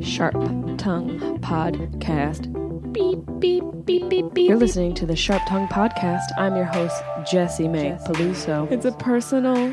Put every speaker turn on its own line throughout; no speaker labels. Sharp Tongue Podcast. Beep, beep, beep, beep, beep. You're listening to the Sharp Tongue Podcast. I'm your host, Jessie Mae Peluso. It's a personal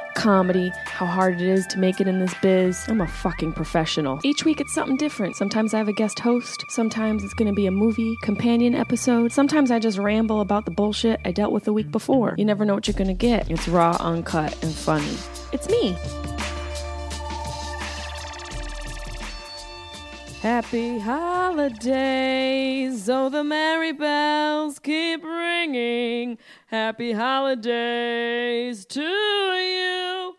Comedy, how hard it is to make it in this biz. I'm a fucking professional. Each week it's something different. Sometimes I have a guest host. Sometimes it's gonna be a movie companion episode. Sometimes I just ramble about the bullshit I dealt with the week before. You never know what you're gonna get. It's raw, uncut, and funny. It's me. Happy holidays, oh the merry bells keep ringing. Happy holidays to you.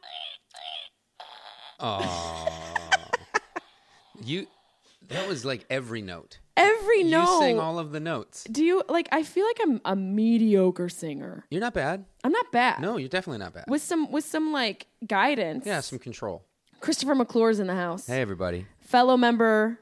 You that was like every note.
Every note.
You sing all of the notes.
Do you like? I feel like I'm a mediocre singer.
You're not bad.
I'm not bad.
No, you're definitely not bad.
with some with some like guidance.
yeah, some control.
Christopher McClure's in the house,
Hey everybody.
fellow member,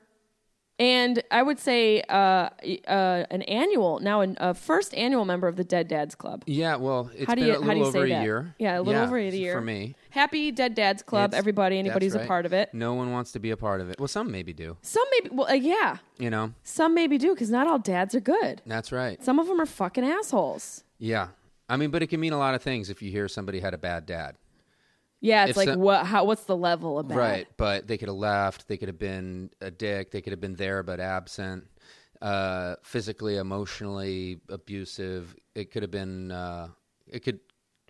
and I would say uh, y- uh, an annual now an, a first annual member of the Dead Dads Club.
Yeah, well, it's
How do
been
you
a
how do
little
you
over
say
a
that?
year.
Yeah, a little over a
f-
year
for me.
Happy Dead Dads Club.
It's-
everybody, anybody
that's
who's a
right.
part of it.
No one wants to be a part of it. Well, some maybe do.
Some maybe well, uh, yeah,
You know,
some maybe do because not all dads are good.
that's right.
Some of them are fucking assholes.
Yeah, I mean, but it can mean a lot of things if you hear somebody had a bad dad.
Yeah, it's
If
like
so-
what? How? What's the level of bad?
Right, but they could have left. They could have been a dick. They could have been there but absent. Uh, physically, emotionally abusive. It could have been. Uh, it could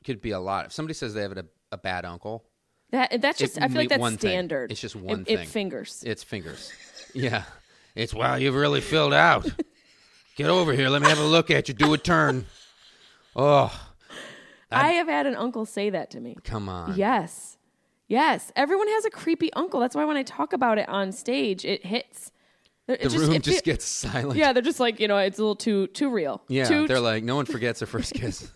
could be a lot. If somebody says they have a, a bad uncle,
That that's just I feel
may-
like that's
one thing.
standard.
It's just
It-
one
it,
thing.
fingers.
it's fingers. yeah, it's wow. You've really filled out. Get over here. Let me have a look at you. Do a turn. Oh,
I have had an uncle say that to me.
come on.
Yes. Yes. Everyone has a creepy uncle. That's why when I talk about it on stage, it hits. There- it
The room
it
just
fe-
gets silent.
Yeah, they're just like, you know, it's a little too too real.
Yeah,
Too,
they're like, no one forgets their first kiss.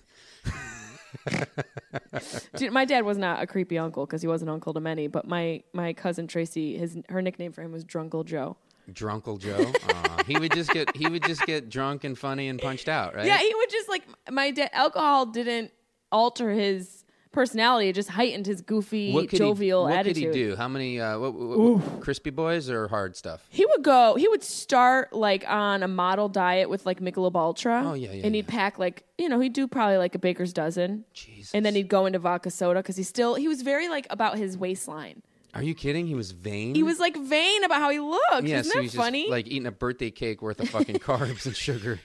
Dude, my dad was not a creepy uncle because he was an uncle to many, but my my cousin Tracy, his her nickname for him was Drunkle Joe.
Drunkle Joe. Aw, he would just get he would just get drunk and funny and punched out, right?
Yeah, he would just like my dad. Alcohol didn't alter his personality; it just heightened his goofy, jovial
he, what
attitude.
could he do? How many uh, what, what- what- crispy boys or hard stuff?
He would go. He would start like on a model diet with like Michelob Ultra.
Oh, yeah, yeah,
And he'd pack like you know he'd do probably like a baker's dozen.
Jesus.
And then he'd go into vodka soda because he still he was very like about his waistline.
Are you kidding? He was vain.
He was like vain about how he looked.
yeah,
Isn't
so
that
he was just,
funny?
like eating a birthday cake worth of fucking carbs and sugar.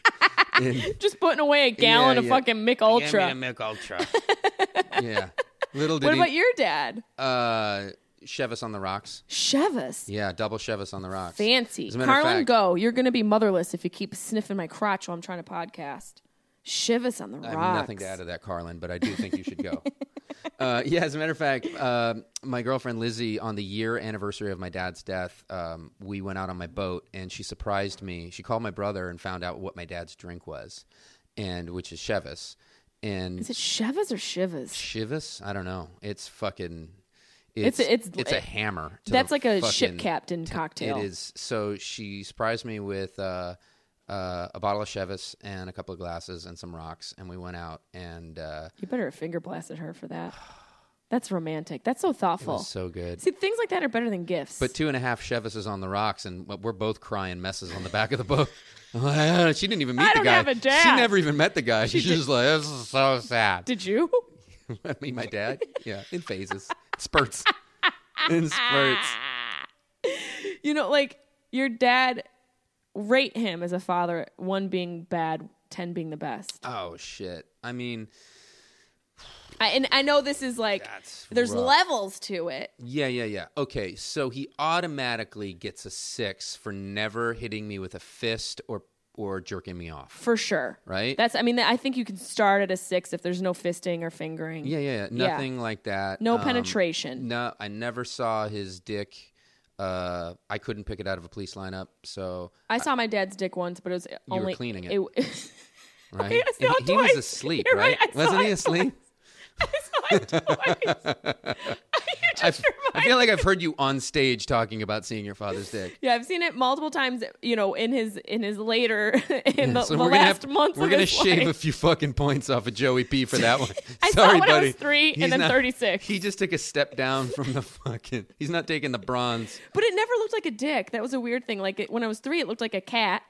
And-
just putting away a gallon
Yeah,
of
yeah.
fucking Mick Ultra.
yeah. Little did
what
he
about your dad?
uh Chevis on the rocks.
Chevis.
Yeah, double Chevis on the rocks.
Fancy.
As a matter of
Carlin,
fact-
go. You're gonna be motherless if you keep sniffing my crotch while I'm trying to podcast. Shivas on the rocks.
I have nothing to add to that, Carlin, but I do think you should go. uh, yeah, as a matter of fact, uh, my girlfriend Lizzie, on the year anniversary of my dad's death, um, we went out on my boat and she surprised me. She called my brother and found out what my dad's drink was, and which is Chevis. And
Is it Shevas or Shivas?
Chivas? I don't know. It's fucking.
It's
It's
a-
it's
it's-
it's, a hammer. to
That's
the
like a
fucking-
ship captain cocktail.
It is. So she surprised me with uh, uh, a bottle of Chevis and a couple of glasses and some rocks, and we went out and uh,
You better have finger blasted her for that. That's romantic. That's so thoughtful.
was so good.
Oh. See, things like that are better than gifts.
But two and a half Chevis is on the rocks, and we're both crying messes on the back of the boat. "Oh, she didn't even meet
I
the
don't
guy.
have a dad.
She never even met the guy. She's just like, this is so sad.
did you?
I mean, my dad. Yeah, in phases, spurts, in spurts.
You know, like your dad rate him as a father, one being bad, ten being the best.
Oh shit! I mean,
I, and I know this is like
That's
there's
rough.
levels to it.
yeah, yeah, yeah. Okay, so he automatically gets a six for never hitting me with a fist or or jerking me off.
For sure.
Right?
That's I mean I think you can start at a 6 if there's no fisting or fingering.
Yeah, yeah, yeah. Nothing like that.
No
Um,
penetration.
No, I never saw his dick. Uh, I couldn't pick it out of a police lineup, so
I saw my dad's dick once, but it was
were
only
cleaning it.
it
right.
I saw
And he, he was
twice.
asleep,
You're
right?
right, I saw
Wasn't he
it
asleep?
I saw it twice. You
I,
just
f- I feel like I've heard you on stage talking about seeing your father's dick.
Yeah, I've seen it multiple times. You know, in his in his later in the,
So
the
we're gonna
last
have,
months.
we're
of
gonna
his
shave a
life.
few fucking points off of Joey P for that one.
I saw
Sorry,
it when I was
buddy.
three and
He's
then
not-
36.
He just took a step down from the fucking. He's not taking the bronze.
But it never looked like a dick. That was a weird thing. Like it, when I was three, it looked like a cat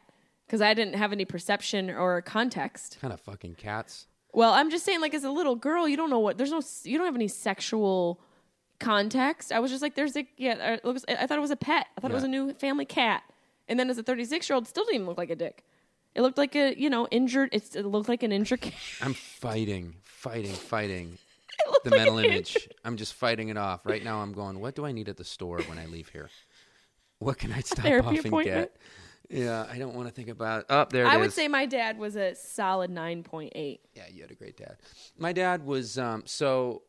because I didn't have any perception or context.
Kind of fucking cats.
Well, I'm just saying, like as a little girl, you don't know what there's no s- you don't have any sexual context. I was just like, there's a yeah. uh, It looks, I thought it was a pet. I thought it was a new family cat. And then as a 36 year old, still didn't even look like a dick. It looked like a you know injured. It's, it looked like an injured cat.
I'm fighting, fighting, fighting
It looked
the
like
mental
an
image. I'm just fighting it off. Right now, I'm going, what do I need at the store when I leave here? What can I stop
therapy
off and
appointment?
get? Yeah, I don't want to think about. Up there, it
I would
is.
say my dad was a solid 9.8.
Yeah, you had a great dad. My dad was um, so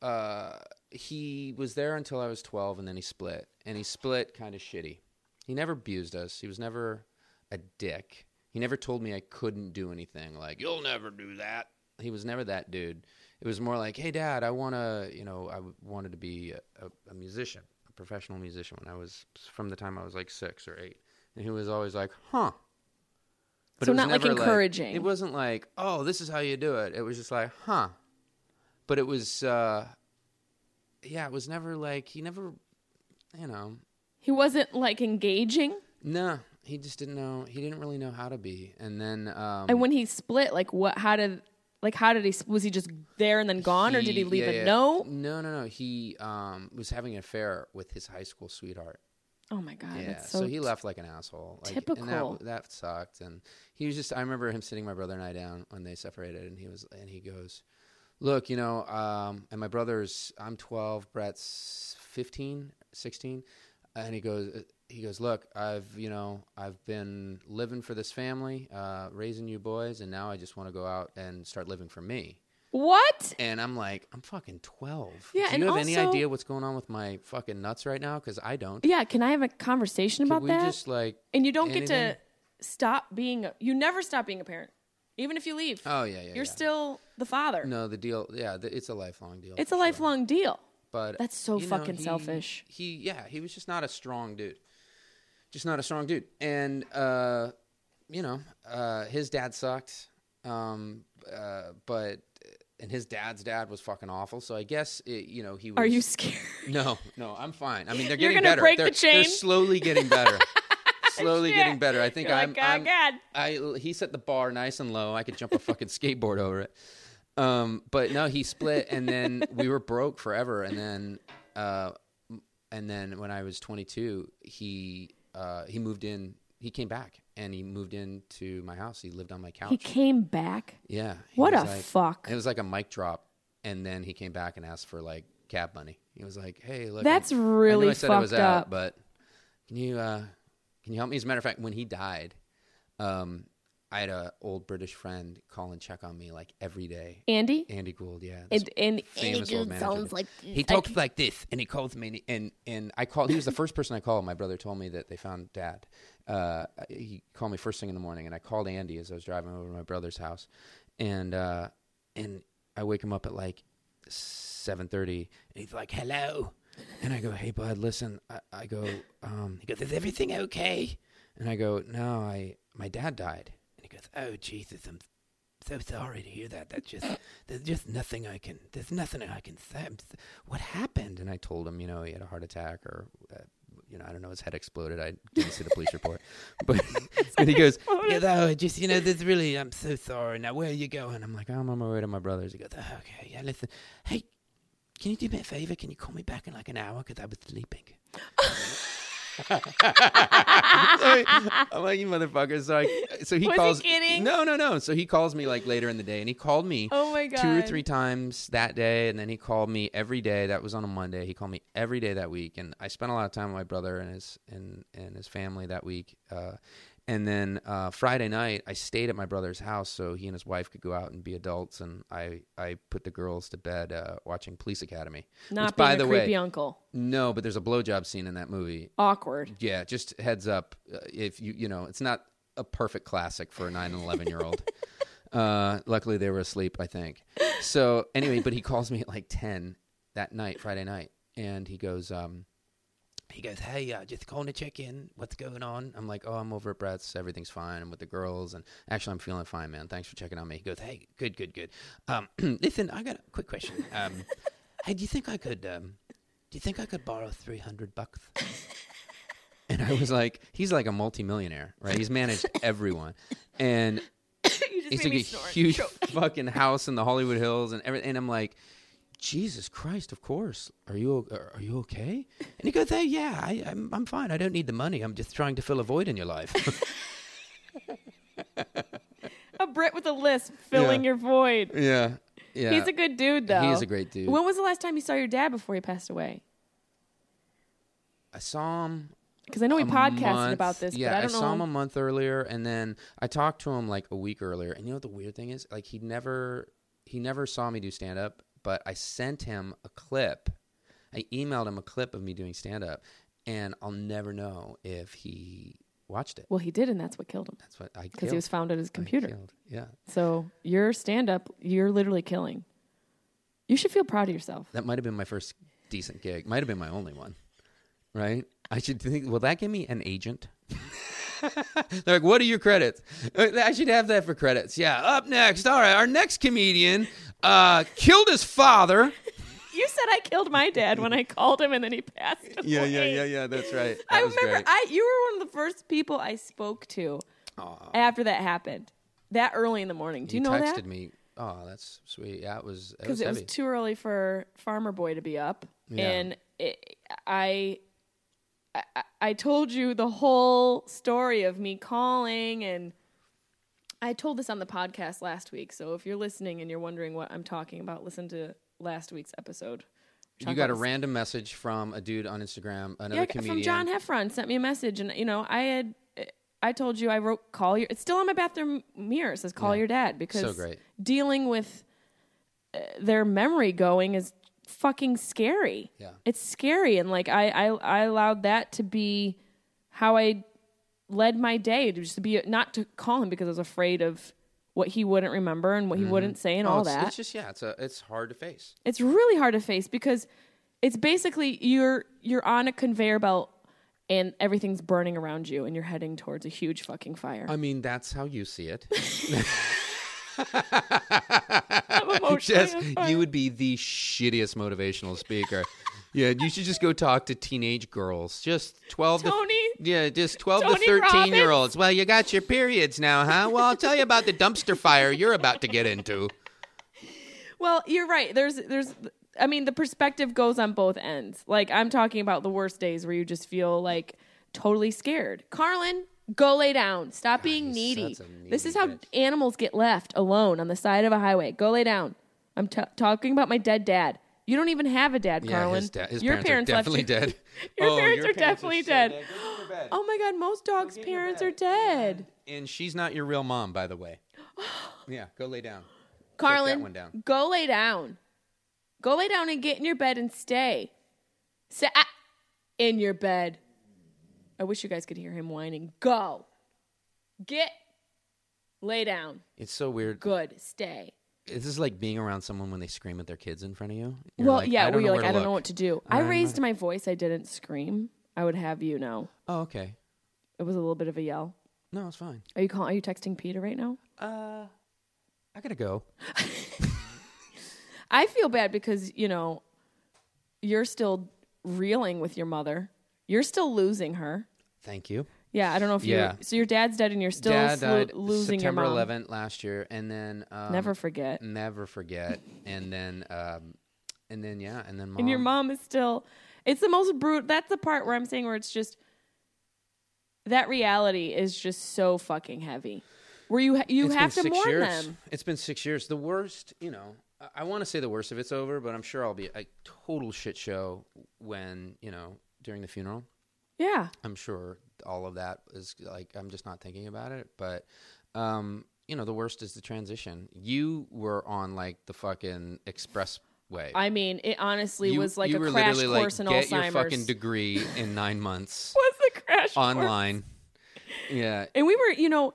uh, he was there until I was twelve, and then he split, and he split kind of shitty. He never abused us. He was never a dick. He never told me I couldn't do anything. Like you'll never do that. He was never that dude. It was more like, hey, dad, I wanna, you know, I w- wanted to be a, a, a musician, a professional musician when I was from the time I was like six or eight, and he was always like, huh.
So
it was
not, like,
never,
encouraging.
it wasn't like, oh, this is how you do it. It was just like, huh. But it was, uh, yeah, it was never like he never, you know,
He wasn't like engaging.
no, he just didn't know. He didn't really know how to be. And then, um,
And when he split, like what? How did like how did he? Was he just there and then gone, or did he leave
yeah,
a
yeah.
note?
No, no, no. He um, was having an affair with his high school sweetheart.
Oh my god,
Yeah,
that's
so,
so,
he left like an asshole. Like, And
typical.
that, that sucked. And he was just, I remember him sitting my brother and I down when they separated, and he was, and he goes, Look, you know, um, and my brother's, I'm 12, Brett's 15, 16. And he goes, uh, he goes, look, I've, you know, I've been living for this family, uh, raising you boys, and now I just want to go out and start living for me.
what?
And I'm like, I'm fucking 12.
Yeah,
Do
and
you have any
also-
idea what's going on with my fucking nuts right now? Because I don't.
Yeah, can I have a conversation
Could
about
we
that?
just like
and you don't get
anything?
to stop being. A, you never stop being a parent, even if you leave.
Oh yeah, yeah.
You're
yeah.
still the father.
no the deal. Yeah, th it's a lifelong deal.
it's a lifelong deal.
But
That's so
you know,
fucking
he-
selfish.
He yeah, he was just not a strong dude. Just not a strong dude. And uh, you know, uh, his dad sucked. Um, uh, but and his dad's dad was fucking awful. So I guess it, you know he. Was,
Are you scared?
No, no, I'm fine. I mean, they're
You're
getting
gonna
better.
break the
they're,
chain?
They're slowly getting better. slowly
Shit.
getting better. I think
You're like,
I'm.
"Oh,
I'm-
God."
I he set the bar nice and low. I could jump a fucking skateboard over it. Um, but no, he split, and then we were broke forever. And then, uh, and then when I was 22, he uh, he moved in. He came back and he moved into my house. He lived on my couch.
He came back.
Yeah. he
What
was
a
like-
fuck.
It was like a mic drop, and then he came back and asked for like cab money. He was like, "Hey, look,
That's
I'm- I
really
know I said I was
fucked
out,
up.
but can you uh, can you help me?" As a matter of fact, when he died, um, I had a old British friend call and check on me like every day.
Andy.
Andy Gould, yeah, this
And, and,
famous old man. sounds like he talks like this, and he calls me, and and, and I called. He was the first person I called. My brother told me that they found dad. Uh, he called me first thing in the morning, and I called Andy as I was driving over to my brother's house, and uh, and I wake him up at like seven thirty, and he's like, "Hello," and I go, "Hey, bud, listen." I, I go, um, "He goes, is everything okay?" And I go, "No, I my dad died," and he goes, "Oh, Jesus, I'm so sorry to hear that. That just there's just nothing I can. There's nothing I can say. I'm s- What happened?" And I told him, you know, he had a heart attack or. Uh, you know, I don't know. His head exploded. I didn't see the police report, but and he goes, "Yeah, no, I just you know, there's really. I'm so sorry. Now, where are you going?" I'm like, "Oh, "I'm on my way to my brother's." He goes, "Oh, "Okay, yeah, listen, hey, can you do me a favor? Can you call me back in like an hour? Because I was sleeping." So I- I'm like, you motherfucker. So, I, so he
Was he
calls.
kidding?
No, no, no. So he calls me like later in the day, and he called me
Oh my
two or
God.
three times that day, and then he called me every day. That was on a Monday. He called me every day that week, and I spent a lot of time with my brother and his and and his family that week. Uh, and then uh, Friday night, I stayed at my brother's house so he and his wife could go out and be adults, and I I put the girls to bed uh, watching Police Academy.
Not
which,
being
by
a
the
creepy
way,
uncle.
no, but there's a blowjob scene in that movie,
Awkward.
yeah, just heads up. Uh, if you you know, it's not a perfect classic for a nine and eleven year old. Uh, luckily, they were asleep, I think. So anyway, but he calls me at like ten that night, Friday night, and he goes, um, he goes, hey, uh, just calling to check in. What's going on? I'm like, oh, I'm over at Brett's. Everything's fine. I'm with the girls, and actually, I'm feeling fine, man. Thanks for checking on me. He goes, hey, good, good, good. Um, listen, I got a quick question. Um, hey, do you think I could? Um, do you think I could borrow three hundred bucks? And I was like, he's like a multimillionaire, right? He's managed everyone. And he's like a huge fucking house in the Hollywood Hills and everything. And I'm like, Jesus Christ, of course. Are you o- are you okay? And he goes, Hey, yeah, I, I'm I'm fine. I don't need the money. I'm just trying to fill a void in your life.
A Brit with a lisp filling
Yeah.
your void.
yeah, yeah.
He's a good dude, though.
He is a great dude.
When was the last time you saw your dad before he passed away?
I saw him
Because I know we
a
podcasted
month-
about this,
Yeah,
but I don't know.
saw him a month earlier, and then I talked to him like a week earlier. And you know what the weird thing is? Like he never he never saw me do stand up, but I sent him a clip. I emailed him a clip of me doing stand up, and I'll never know if he watched it.
well, he did, and that's what killed him.
That's what I
Because he was found at his computer.
Yeah,
So your stand up, you're literally killing. You should feel proud of yourself.
that might have been my first decent gig. Might have been my only one. Right? I should think. Will that give me an agent? They're like, what are your credits? Uh, I should have that for credits. Yeah. Up next. All right. Our next comedian uh, killed his father.
You said I killed my dad when I called him, and then he passed away.
yeah. That's right.
I remember I you were one of the first people I spoke to after that happened. That early in the morning. Do
he
you know
texted
that?
me. Oh, that's sweet. Yeah, it was. It
Because
was
it was
heavy.
too early for Farmer Boy to be up,
Yeah.
and it, I, I, I told you the whole story of me calling, and I told this on the podcast last week. So if you're listening and you're wondering what I'm talking about, listen to last week's episode.
you got a random message from a dude on Instagram, another
Yeah, I got-
comedian.
from John Heffron sent me a message, and you know, I had, I told you I wrote "call your." It's still on my bathroom mirror. It says "call your dad" because
So great.
dealing with uh, their memory going is fucking scary.
Yeah.
it's scary, and like I, I, I allowed that to be how I led my day to just be not to call him because I was afraid of what he wouldn't remember and what he wouldn't say and
Oh,
all
it's,
that
It's just yeah. It's a. It's hard to face.
it's really hard to face because it's basically you're you're on a conveyor belt and everything's burning around you and you're heading towards a huge fucking fire.
I mean, that's how you see it.
I'm emotionally
Jess,
on fire.
you would be the shittiest motivational speaker. yeah, you should just go talk to teenage girls. Just 12
Tony.
to Yeah, just 12
Tony
to 13 year
Robbins.
olds. Well, you got your periods now, huh? Well, I'll tell you about the dumpster fire you're about to get into.
Well, you're right. There's there's I mean the perspective goes on both ends. Like I'm talking about the worst days where you just feel like totally scared. Carlin, go lay down. Stop being needy.
such a
This is
needy
how
bitch.
animals get left alone on the side of a highway. Go lay down. I'm t- talking about my dead dad. You don't even have a dad,
Yeah,
Carlin.
his, da- his
Your
parents, are
left
definitely
you-
dead.
Your
Oh,
parents are
parents
definitely
so
dead.
Go to bed.
Oh my God, most dogs'
get in your
parents
bed.
are dead.
And she's not your real mom, by the way. Yeah, go lay down. one
Carlin,
down.
go lay down. Go lay down and get in your bed and stay. Sa- ah, in your bed. I wish you guys could hear him whining. Go. Get. Lay down.
It's so weird.
Good. Stay.
This is like being around someone when they scream at their kids in front of you. You're
well,
like,
yeah,
don't
well, you're
know
like, I don't know
look."
what to do. I raised my voice. I didn't scream. I would have you know.
Oh, okay.
It was a little bit of a yell.
No, it's fine.
Are you calling? Are you texting Peter right now?
Uh, I gotta go.
I feel bad because, you know, you're still reeling with your mother. You're still losing her.
Thank you.
Yeah, I don't know if you
Yeah.
so your dad's dead and you're still
Dad
slo-
died
losing
September
your mom.
11th last year, and then um,
Never forget.
never forget, and then um, and then yeah, and then mom.
and your mom is still it's the most brute that's the part where i'm saying where it's just that reality is just so fucking heavy where you ha- you
It's
have to
been six
mourn
years.
them
It's been six years. The worst, you know. I, I want to say the worst of it's over, but I'm sure I'll be a total shit show when you know during the funeral.
yeah
I'm sure all of that is like I'm just not thinking about it, but um, you know, the worst is the transition. You were on like the fucking expressway.
i mean it honestly
you,
was like
you
a
were
crash
literally
course
like,
in
get
alzheimer's
your fucking degree in nine months
was a crash course.
online. Yeah,
and we were you know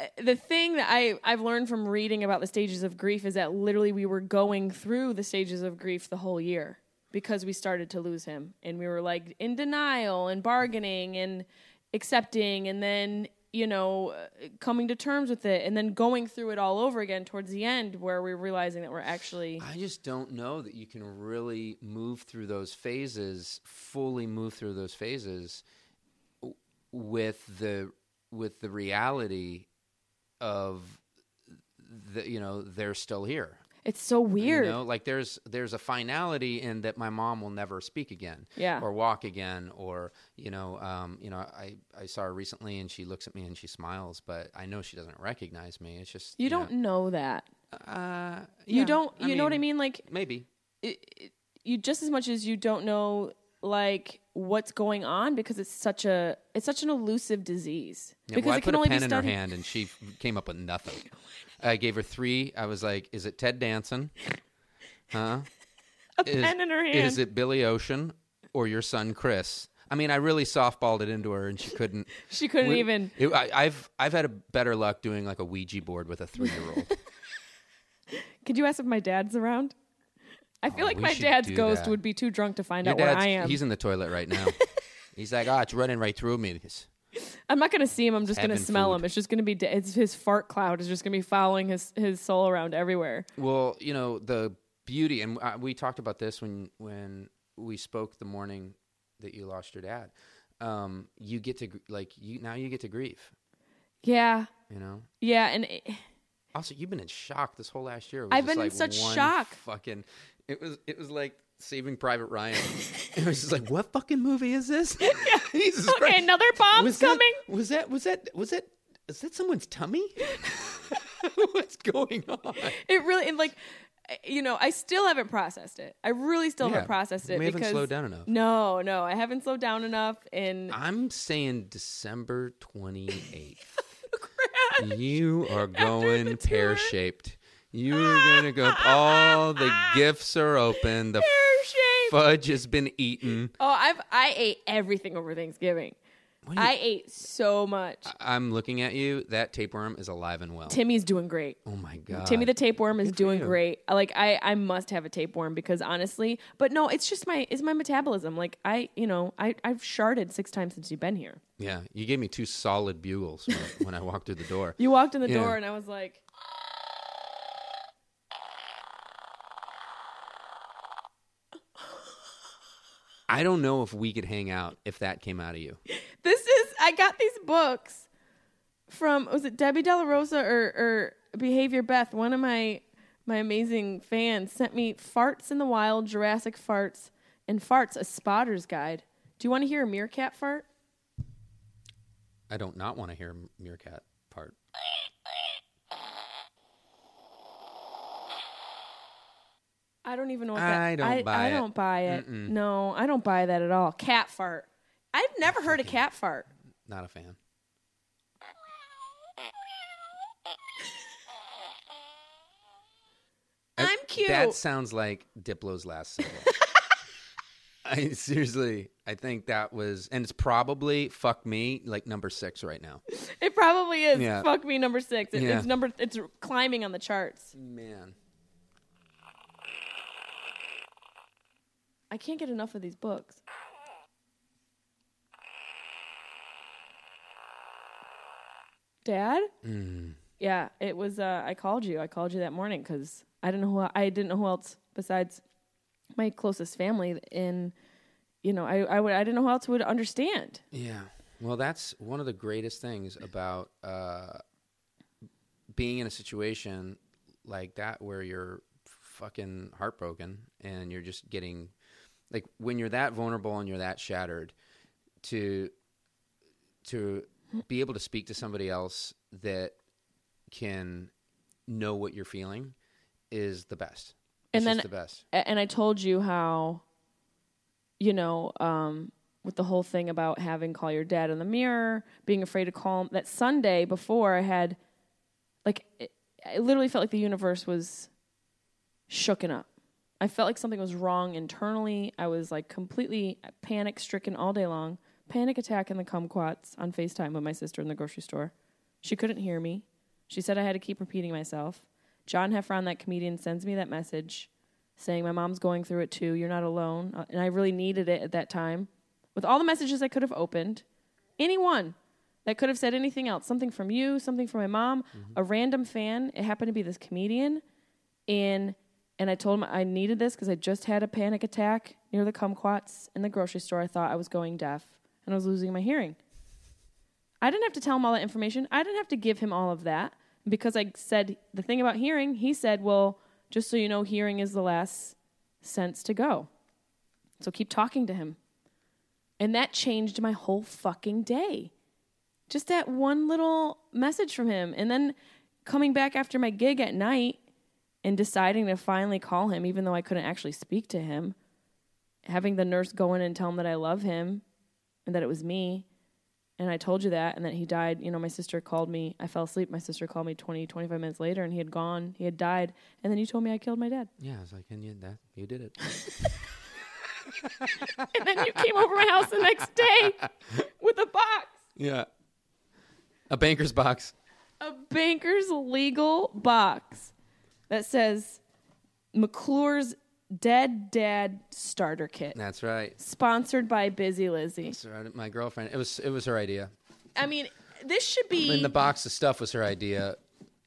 uh, the thing that I, I've learned from reading about the stages of grief is that literally we were going through the stages of grief the whole year because we started to lose him and we were like in denial and bargaining and accepting and then you know uh, coming to terms with it and then going through it all over again towards the end where we're realizing that we're actually
I just don't know that you can really move through those phases, fully move through those phases w- with the with the reality of the you know they're still here.
it's so weird
You know, like there's there's a finality in that my mom will never speak again,
Yeah.
or walk again, or you know, um, you know, I I saw her recently and she looks at me and she smiles, but I know she doesn't recognize me. It's just
you don't
know,
know that
uh,
you
yeah,
don't you know what i mean like
Maybe
it, it- you just as much as you don't know like what's going on because it's such a it's such an elusive disease
Yeah,
because
well, I
it
put
can
a
only
pen
be
in her
studied.
hand and she came up with nothing. I gave her three. I was like, "Is it Ted Danson? Huh? a
pen in her
Is
hand.
it Billy Ocean or your son Chris?" I mean, I really softballed it into her, and she couldn't.
She couldn't
We-
even.
It, I, I've I've had a better luck doing like a Ouija board with a three year old.
Could you ask if my dad's around? I feel like
Oh, we
my
should
dad's
do
ghost
that.
would be too drunk to find
Your
out where
dad's
I am.
he's in the toilet right now. he's like, "Ah, it's running right through me." It's-
I'm not gonna see him. I'm just gonna
Heaven
smell
food.
him. It's just gonna be. da- It's his fart cloud is just gonna be following his his soul around everywhere.
Well, you know the beauty, and uh, we talked about this when when we spoke the morning that you lost your dad. Um, you get to gr- like you now you get to grieve.
Yeah,
You know.
yeah, and it,
Also, you've been in shock this whole last year. It was
I've
just,
been in
like,
such
one
shock.
Fucking, it was it was like Saving Private Ryan. it was just like, what fucking movie is this? Jesus
okay,
Christ.
another bomb's
was
coming.
That, was that was that was that is that someone's tummy? What's going on?
it really and like you know i still haven't processed it i really still
Yeah,
haven't processed it
we haven't
because
slowed down enough.
no no i haven't slowed down enough and
I'm saying December 28th. you are going
tour.
pear shaped. You're going to go. All the gifts are open. The
Pear-shaped.
fudge has been eaten.
oh i've i ate everything over thanksgiving
do you-
i ate so much
I'm looking at you. That tapeworm is alive and well.
timmy's doing great
oh my God.
Timmy the tapeworm is doing great. I- Like I, I must have a tapeworm because honestly, but no, it's just my it's my metabolism. Like I, you know, I I've sharded six times since you've been here.
yeah, you gave me two solid bugles when- when I walked through the door.
You walked in the
Yeah.
door and I was like,
I don't know if we could hang out if that came out of you.
This is I got these books from was it Debbie Della Rosa or, or Behavior Beth? One of my my amazing fans sent me Farts in the Wild, Jurassic Farts, and Farts a Spotter's Guide. Do you want to hear a meerkat fart?
I don't not want to hear meerkat part.
I don't even know what that
I don't
I,
buy
I
it.
don't buy it. No, I don't buy that at all. Cat fart. I've never heard a cat fart.
Not a fan.
I'm cute.
That sounds like Diplo's last syllable. I seriously, I think that was, and it's probably fuck me like number six right now.
It probably is.
Yeah.
Fuck me number 6. It-
Yeah.
It's number it's climbing on the charts.
Man,
I can't get enough of these books. Dad? Yeah, it was. Uh, I called you. I called you that morning because I didn't know who I didn't know who else besides my closest family. In you know, I I, would, I didn't know who else would understand.
Yeah. Well, that's one of the greatest things about uh, being in a situation like that where you're fucking heartbroken and you're just getting like when you're that vulnerable and you're that shattered to to be able to speak to somebody else that can know what you're feeling is the best.
And
It's
then-
just the best.
A- And I told you how, you know, um, with the whole thing about having call your dad in the mirror, being afraid to call him. That Sunday before, I had like it, it literally felt like the universe was shooken up. I felt like something was wrong internally. I was like completely panic stricken all day long. Panic attack in the kumquats on FaceTime with my sister in the grocery store. She couldn't hear me. She said I had to keep repeating myself. John Heffron, that comedian, sends me that message saying, My mom's going through it too. You're not alone. Uh, And I really needed it at that time. With all the messages I could have opened, anyone that could have said anything else something from you, something from my mom, a random fan. It happened to be this comedian in and I told him I needed this because I just had a panic attack near the kumquats in the grocery store. I thought I was going deaf and I was losing my hearing. I didn't have to tell him all that information. I didn't have to give him all of that because I said the thing about hearing. He said, "Well, just so you know, hearing is the last sense to go. So keep talking to him." And that changed my whole fucking day just that one little message from him and then coming back after my gig at night and deciding to finally call him even though i couldn't actually speak to him having the nurse go in and tell him that i love him and that it was me and i told you that and that he died you know my sister called me i fell asleep my sister called me 20 25 minutes later and he had gone he had died and then you told me i killed my dad
Yeah, I was like, and you, that you did it.
and then you came over my house the next day with a box
yeah. A banker's box.
a banker's legal box that says McClure's Dead Dad Starter Kit,
That's right.
sponsored by Busy Lizzie.
That's right. My girlfriend. It was it was her idea.
I mean, this should
In
be
the box of stuff was her idea.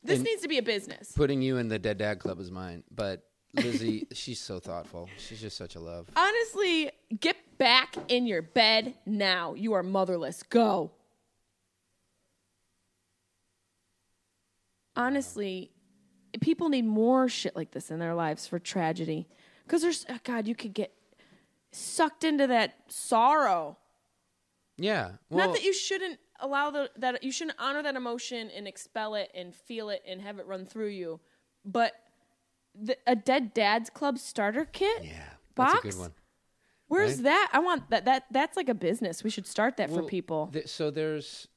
this needs to be a business.
Putting you in the dead dad club is mine. But Lizzie, she's so thoughtful. She's just such a love.
Honestly, get back in your bed now. You are motherless. Go. Honestly, people need more shit like this in their lives for tragedy. Because there's, oh God, you could get sucked into that sorrow.
Yeah. Well,
Not that you shouldn't allow the, that, you shouldn't honor that emotion and expel it and feel it and have it run through you. But the, a Dead Dad's Club starter kit?
yeah.
Box?
That's a good one.
Where's
right?
that? I want that. That that's like a business. We should start that for
Well,
people.
th- so there's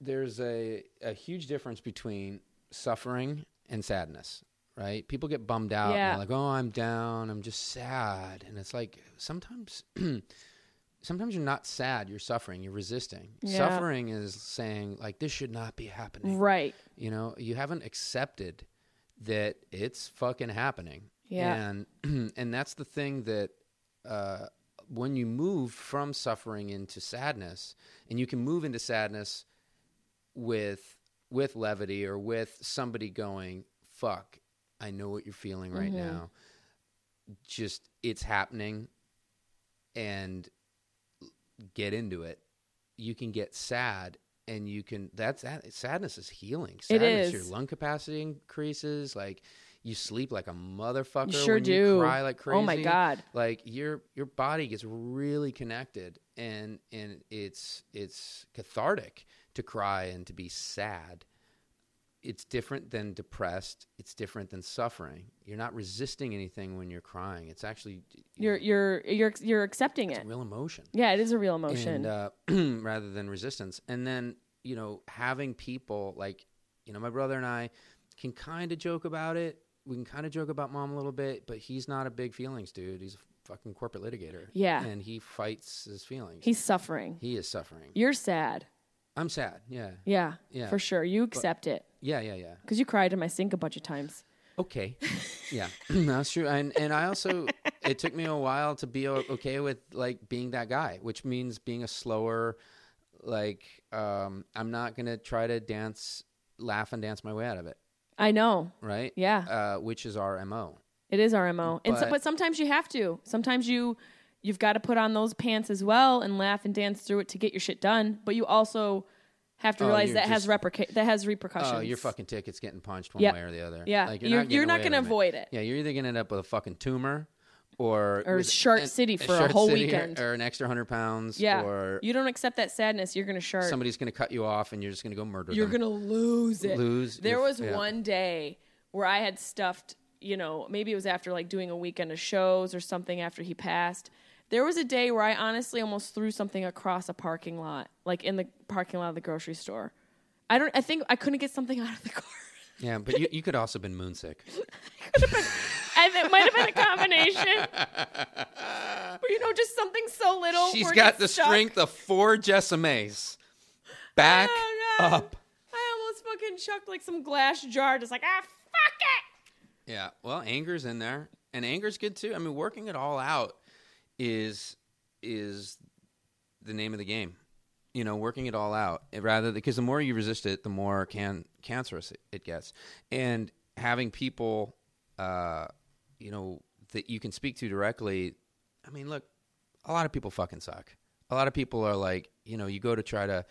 there's a a huge difference between suffering and sadness, right? People get bummed out.
Yeah.
And they're like, oh, I'm down. I'm just sad. And it's like sometimes. Sometimes you're not sad, you're suffering, you're resisting.
Yeah.
Suffering is saying, like, this should not be happening.
right.
You know, you haven't accepted that it's fucking happening.
Yeah.
And and that's the thing that uh when you move from suffering into sadness and you can move into sadness with with levity or with somebody going, "Fuck, I know what you're feeling right now." Just it's happening and get into it. You can get sad and you can that's that sadness is healing. Sadness,
is.
your lung capacity increases, like you sleep like a motherfucker.
You sure
when
do.
You cry like crazy.
Oh my God.
Like your your body gets really connected and and it's it's cathartic to cry and to be sad. It's different than depressed. It's different than suffering. You're not resisting anything when you're crying. It's actually
You're you're you're you're accepting it.
real emotion
Yeah, it is a real emotion.
and uh, rather than resistance. And then you know, having people like you know, my brother and I can kind of joke about it. We can kind of joke about mom a little bit, but he's not a big feelings dude. He's a fucking corporate litigator.
Yeah.
and he fights his feelings.
He's suffering.
he is suffering.
You're sad.
I'm sad. Yeah,
Yeah.
Yeah.
For sure. You accept it. 'Cause it
yeah, yeah, yeah.
because you cried in my sink a bunch of times.
Okay, yeah, that's true. And and I also it took me a while to be o- okay with like being that guy, which means being a slower. Like um, I'm not gonna try to dance laugh and dance my way out of it,
I know.
right?
Yeah.
Uh, which is our mo.
It is our mo, and so,
But-
but sometimes you have to. Sometimes you you've got to put on those pants as well and laugh and dance through it to get your shit done. But you also have to
Oh,
realize
you're
that has
just-
reperca- that has repercussions.
Oh, your fucking ticket's getting punched one
Yep.
way or the other.
Yeah.
Like,
You're-
getting
you're not
away
gonna
from
avoid it.
Yeah, you're either gonna end up with a fucking tumor, or
Or
was it-
Shark
an-
City for a
Shark
whole
City or-
weekend.
or, an extra hundred pounds.
yeah.
or
you don't accept that sadness, you're gonna shart.
somebody's gonna cut you off, and you're just gonna go murder
you're
them.
gonna lose it.
Lose
There
your-
was
yeah.
one day where I had stuffed. You know, maybe it was after like doing a weekend of shows or something after he passed. There was a day where I honestly almost threw something across a parking lot, like in the parking lot of the grocery store. I don't. I think I couldn't get something out of the car.
Yeah, but you, you could also been moonsick.
And it might have been a combination, but you know, just something so little.
She's
where it
got
gets
the
stuck.
strength of four Jessamays. Back
Oh, God.
up.
I almost fucking chucked like some glass jar, just like ah, fuck it.
Yeah. Well, anger's in there, and anger's good too. I mean, working it all out is is the name of the game. You know, working it all out it- rather because the more you resist it, the more can cancerous it- it gets. And having people, uh, you know, that you can speak to directly. I mean, look, a lot of people fucking suck. A lot of people are like, you know, you go to try to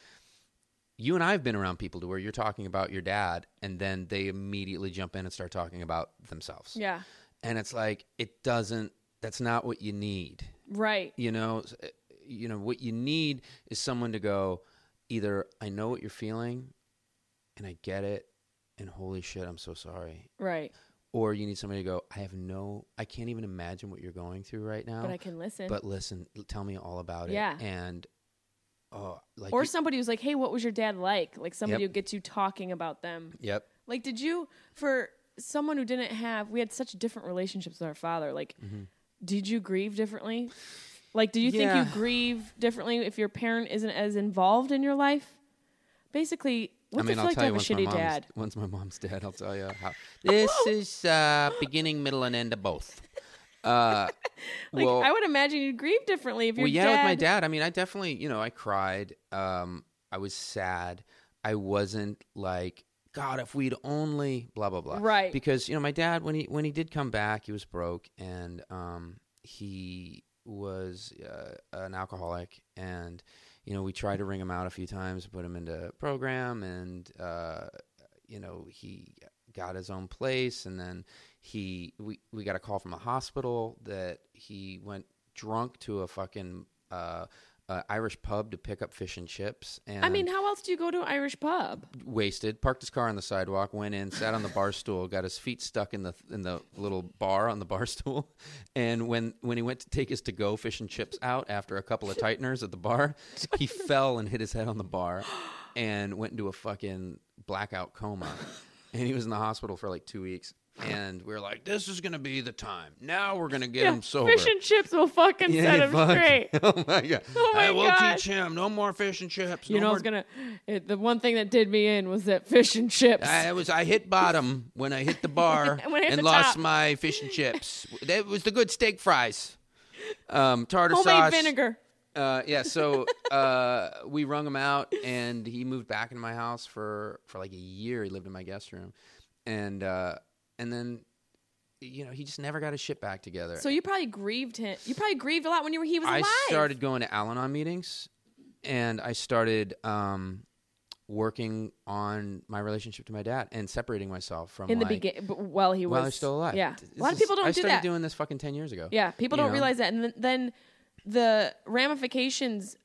you and I have been around people to where you're talking about your dad and then they immediately jump in and start talking about themselves.
Yeah.
And it's like it doesn't that's not what you need.
Right.
You know, S- uh, you know what you need is someone to go either I know what you're feeling and I get it and holy shit I'm so sorry
Right.
or you need somebody to go I have no I can't even imagine what you're going through right now.
But I can listen.
But listen, l- tell me all about
Yeah.
it. And oh like
or
you-
somebody who's like, "Hey, what was your dad like?" Like somebody
Yep.
who gets you talking about them.
Yep.
Like, did you for someone who didn't have? We had such different relationships with our father. Like,
Mm-hmm.
did you grieve differently? Like, do you think
Yeah.
you grieve differently if your parent isn't as involved in your life? Basically, what's
I mean,
it feel
I'll
like to
tell you
have a
once my
shitty
mom's
dad?
once my mom's dead, I'll tell you how. This is uh, beginning, middle, and end of both. Uh,
Like,
well,
I would imagine you'd grieve differently if your
well, yeah,
dad.
with my dad. I mean, I definitely, you know, I cried. Um, I was sad. I wasn't like, God, if we'd only blah blah blah.
Right.
Because you know, my dad when he when he did come back, he was broke and um, he was uh, an alcoholic and. You know, we tried to wring him out a few times, put him into a program, and uh, you know he got his own place and then he we, we got a call from a hospital that he went drunk to a fucking uh, uh, irish pub to pick up fish and chips and
I mean, how else do you go to an Irish pub?
wasted parked his car on the sidewalk went in sat on the bar stool got his feet stuck in the in the little bar on the bar stool and when when he went to take his to go fish and chips out after a couple of tighteners at the bar he fell and hit his head on the bar and went into a fucking blackout coma and he was in the hospital for like 2 weeks and we were like this is going to be the time now we're going to get him Mm, sober
Fish and chips will fucking set him
fuck.
straight.
oh my god
Oh my
I will
God.
teach him no more fish and chips
You
no
know, I
more
was gonna. It, the one thing that did me in was that fish and chips.
I was I hit bottom when I hit the bar
When I hit
and
the
lost
top.
my fish and chips. That was the good steak fries, um, tartar
Homemade
sauce,
vinegar.
Uh, yeah, so uh, we wrung him out, and he moved back into my house for for like a year. He lived in my guest room, and uh, and then you know he just never got his shit back together.
So you probably grieved him. You probably grieved a lot when you were he was
I
alive.
started going to Al-Anon meetings, and I started um, working on my relationship to my dad and separating myself from
in the
like,
beginning while he was
while I was still alive.
Yeah,
This
a lot of
is-
people don't
I
do
started
that.
doing this fucking ten years ago.
yeah, people
you
don't
know?
realize that, and then, then the ramifications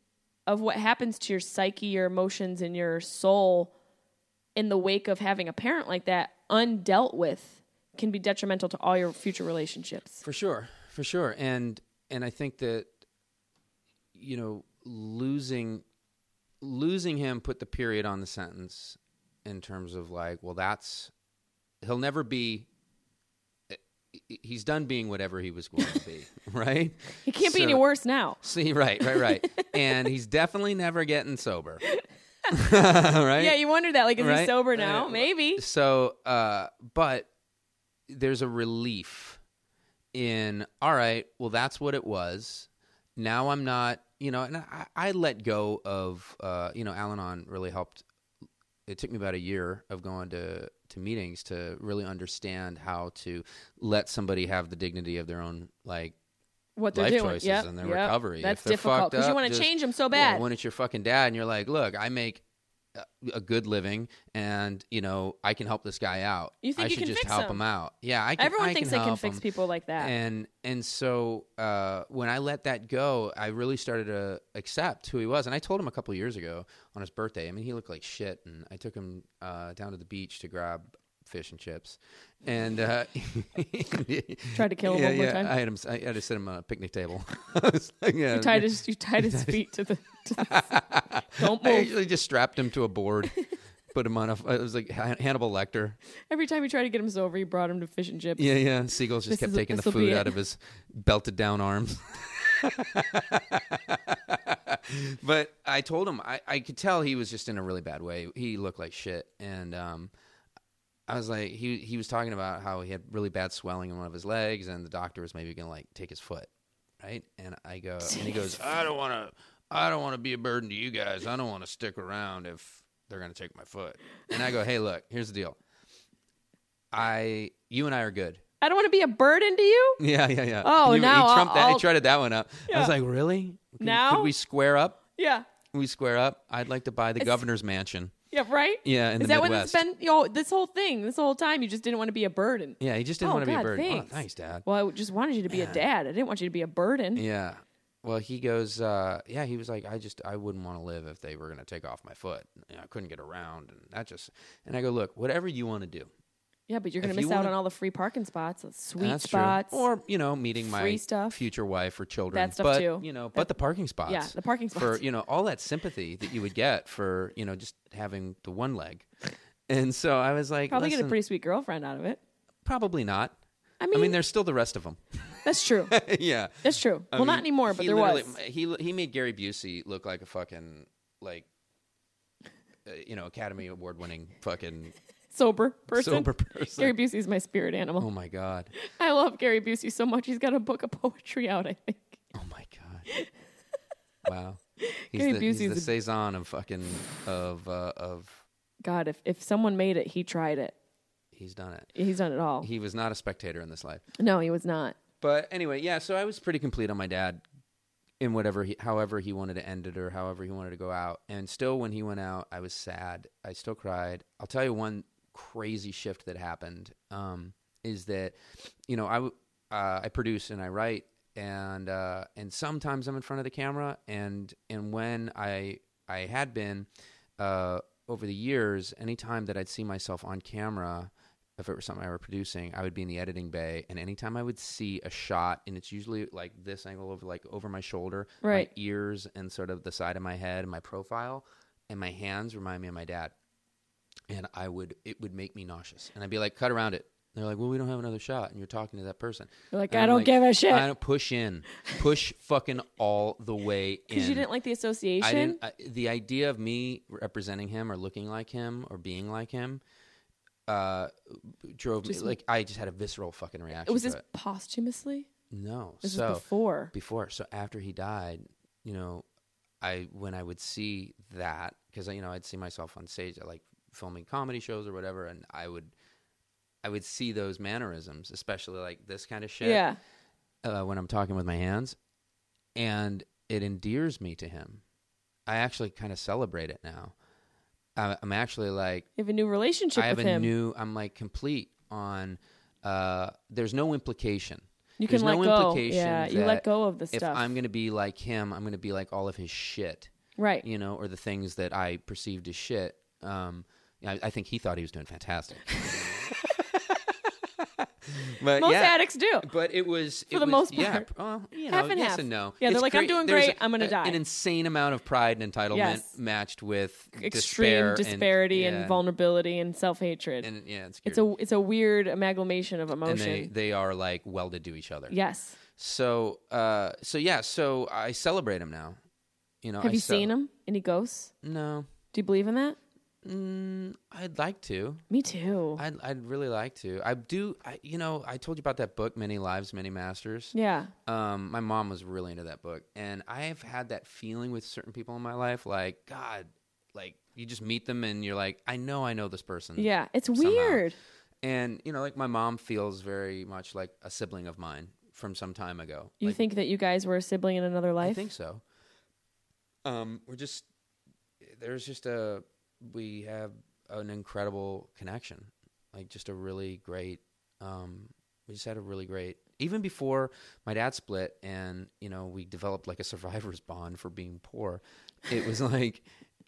of what happens to your psyche, your emotions, and your soul in the wake of having a parent like that undealt with can be detrimental to all your future relationships.
for sure, for sure, and and I think that you know losing losing him put the period on the sentence in terms of like, well, that's he'll never be. eh, He's done being whatever he was going to be, right?
It can't be any
So-
worse now.
See, right, right, right, and he's definitely never getting sober, right?
Yeah, you wonder that. Like, is he
Right?
sober now?
Uh,
Maybe.
So, uh, but there's a relief in, all right, well, that's what it was. Now I'm not, you know, and I, I let go of, uh, you know, Al Anon really helped it took me about a year of going to to meetings to really understand how to let somebody have the dignity of their own like
What they're
life
doing.
choices
Yep,
and their
yep.
recovery.
That's
if they're
difficult
because
you want to change them so bad.
when it's your fucking dad, and you're like, "Look, I make a- a good living, and you know I can help this guy out.
You think
I
you
should
can
just
fix
help
him.
him out? Yeah, I can.
Everyone
I
thinks they
can
can
help
fix
him.
people like that.
And and so uh, when I let that go, I really started to accept who he was. And I told him a couple years ago on his birthday. I mean, he looked like shit, and I took him uh, down to the beach to grab fish and chips, and uh,
Tried to kill him
yeah,
one more
yeah,
time?
I had him. I had to sit him on a picnic table. I was like, yeah,
you tied his you tied his feet to the. To the don't
I
move.
usually just strapped him to a board, put him on a. It was like Han- Hannibal Lecter.
Every time you try to get him sober, you brought him to fish and chips.
Yeah, yeah. Seagulls just
This
kept
is-
taking the
this'll be
food
it.
out of his belted down arms. but I told him I, I could tell he was just in a really bad way. He looked like shit, and um, I was like, he he was talking about how he had really bad swelling in one of his legs, and the doctor was maybe gonna like take his foot, right? And I go, and he goes, I don't want to, I don't want to be a burden to you guys. I don't want to stick around if they're gonna take my foot. And I go, hey, look, here's the deal. I, you and I are good.
I don't want to be a burden to you.
Yeah, yeah, yeah.
Oh,
he,
now
he trumped that.
I'll-
He treaded that one up. I
Yeah.
was like, really? Could,
Now?
could we square up?
Yeah.
Can we square up. I'd like to buy the governor's mansion.
Yeah. Right.
Yeah, in
Is
the
that what it's
Midwest.
been? Yo, this whole thing, this whole time, you just didn't want to be a burden.
Yeah, he just didn't
oh,
want to be
God,
a burden.
Thanks.
Oh, thanks, Dad.
Well, I just wanted you to be a dad. I didn't want you to be a burden.
Yeah. Well, he goes, uh, yeah, he was like, I just, I wouldn't want to live if they were going to take off my foot. You know, I couldn't get around. And that just, and I go, look, whatever you want to do.
Yeah, but you're going
If
to miss
you
out
wanna-
on all the free parking spots, the sweet
And that's
spots.
true. Or, you know, meeting
Free
my
stuff.
future wife or children.
That stuff
but,
too.
You know,
That-
but the parking spots.
Yeah, the parking
For,
spots.
you know, all that sympathy that you would get for, you know, just having the one leg. And so I was like,
probably get a
listen,
pretty sweet girlfriend out of it.
probably not.
I
I
mean,
mean, there's still the rest of them.
that's true.
yeah.
That's true.
I
well,
mean,
not anymore, but
he
there was.
literally- He he made Gary Busey look like a fucking like uh, you know Academy Award winning fucking
Sober person.
sober person.
Gary Busey's my spirit animal.
oh my god!
I love Gary Busey so much. He's got a book of poetry out, I think.
Oh my god! Wow. He's
Gary
the, he's
Busey's
the
a-
saison of fucking of uh, of
God, if, if someone made it, he tried it.
he's done it.
He's done it all.
He was not a spectator in this life.
no, he was not.
But anyway, yeah. So I was pretty complete on my dad in whatever, he, however he wanted to end it or however he wanted to go out. And still, when he went out, I was sad. I still cried. I'll tell you one crazy shift that happened um, is that you know I w- uh, I produce and I write and uh, and sometimes I'm in front of the camera and and when I I had been uh, over the years, any time that I'd see myself on camera, if it were something I were producing, I would be in the editing bay, and anytime I would see a shot, and it's usually like this angle over, like over my shoulder,
Right.
my ears, and sort of the side of my head, and my profile, and my hands remind me of my dad, and I would it would make me nauseous, and I'd be like, cut around it. And they're like, well, we don't have another shot, and you're talking to that person.
You're like,
And
"I
I'm
don't give a shit."
I don't push in, push fucking all the way in.
Because you didn't like the association?
I didn't, I, the idea of me representing him or looking like him or being like him uh, drove me like I just had a visceral fucking reaction.
It was
to
this
it.
posthumously?
no.
This
so
was before.
before, so after he died, you know, I when I would see that because you know I'd see myself on stage like filming comedy shows or whatever, and I would. I would see those mannerisms, especially like this kind of shit
Yeah.
uh, when I'm talking with my hands, and it endears me to him. I actually kind of celebrate it now. I- I'm actually like,
You have a new relationship
I have
with
a
him.
new. I'm like complete on. Uh, there's no implication.
You can
There's
let
no
go.
Implication
Yeah, you
that
let go of the
If
stuff.
I'm gonna be like him, I'm gonna be like all of his shit,
right.
you know, or the things that I perceived as shit. Um, I, I think he thought he was doing fantastic. but
Most
yeah
addicts do.
but it was
For
it
the
was-
most
Yeah,
part.
pr- well, you know,
Half and
yes
half.
and no.
Yeah, they're
It's
like, "I'm doing
there's
great, I'm gonna
a-
die."
An insane amount of pride and entitlement
Yes.
matched with
Extreme
despair
disparity and,
yeah,
vulnerability and self hatred.
And yeah, it's,
It's a it's a weird amalgamation of
and
emotion.
they they are like welded to each other.
yes.
So uh, so yeah, so I celebrate him now. You know,
Have
I
you
cel-
seen him? Any ghosts?
No,
Do you believe in that?
mm, I'd like to.
Me too.
I'd I'd really like to. I do. I you know I told you about that book, Many Lives, Many Masters.
yeah.
um, my mom was really into that book, and I have had that feeling with certain people in my life, like God, like you just meet them and you're like, I know I know this person.
Yeah, it's
Hmm. somehow.
weird.
And you know, like my mom feels very much like a sibling of mine from some time ago.
You
Like,
think that you guys were a sibling in another life?
I think so. Um, we're just there's just a we have an incredible connection, like just a really great. Um, we just had a really great even before my dad split, and you know we developed like a survivor's bond for being poor. It was like.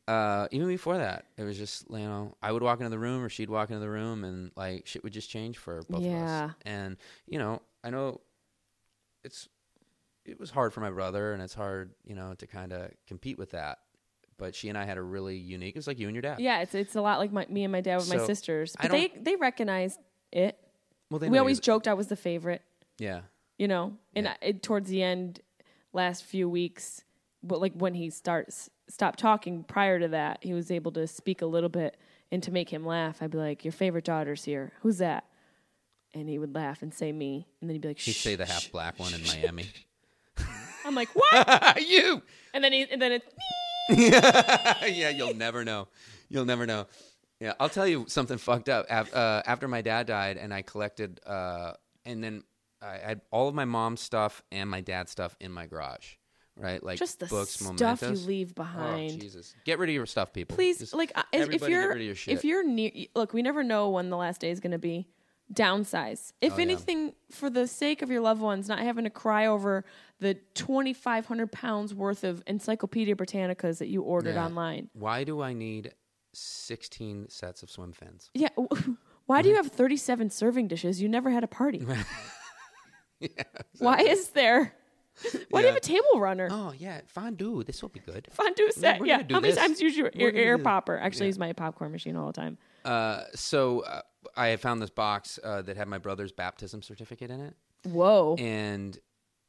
Uh, even before that, it was just you know I would walk into the room or she'd walk into the room and like shit would just change for both of
Yeah.
us. And you know I know it's it was hard for my brother and it's hard you know to kind of compete with that but she and i had a really unique it's like you and your dad
Yeah, it's it's a lot like my, me and my dad with my
So,
sisters.
I
But they they recognized it.
well they know
We
you-
always joked I was the favorite,
yeah
you know. And I, it, towards the end, last few weeks, but like when he starts stopped talking prior to that, he was able to speak a little bit and to make him laugh. I'd be like, "Your favorite daughter's here. Who's that?" And he would laugh and say me, and then he'd be like,
he'd
"Shh."
say the half black one in miami
I'm like, "What?"
you
and then he and then it's
yeah you'll never know you'll never know yeah i'll tell you something fucked up Af- uh, after my dad died and i collected uh, and then i had all of my mom's stuff and my dad's stuff in my garage right like
just the
books
stuff
mementos
you leave behind.
Oh, Jesus. Get rid of your stuff, people.
please
Just
like uh, if, if
everybody
you're
get rid of your shit.
if you're near look we never know when the last day is going to be downsize if
Oh,
anything for the sake of your loved ones not having to cry over the 2500 pounds worth of encyclopedia britannicas that you ordered
Yeah.
online
Why do I need 16 sets of swim fins?
yeah w- why do you have 37 serving dishes you never had a party why is there why do you have a table runner
Oh, yeah, fondue. This will be good.
Fondue set,
we're
yeah.
gonna do
How many
this.
times use your,
We're
your
gonna do
air
this.
popper? Actually, I use my popcorn machine all the time.
Uh, so uh, I had found this box uh, that had my brother's baptism certificate in it.
Whoa,
And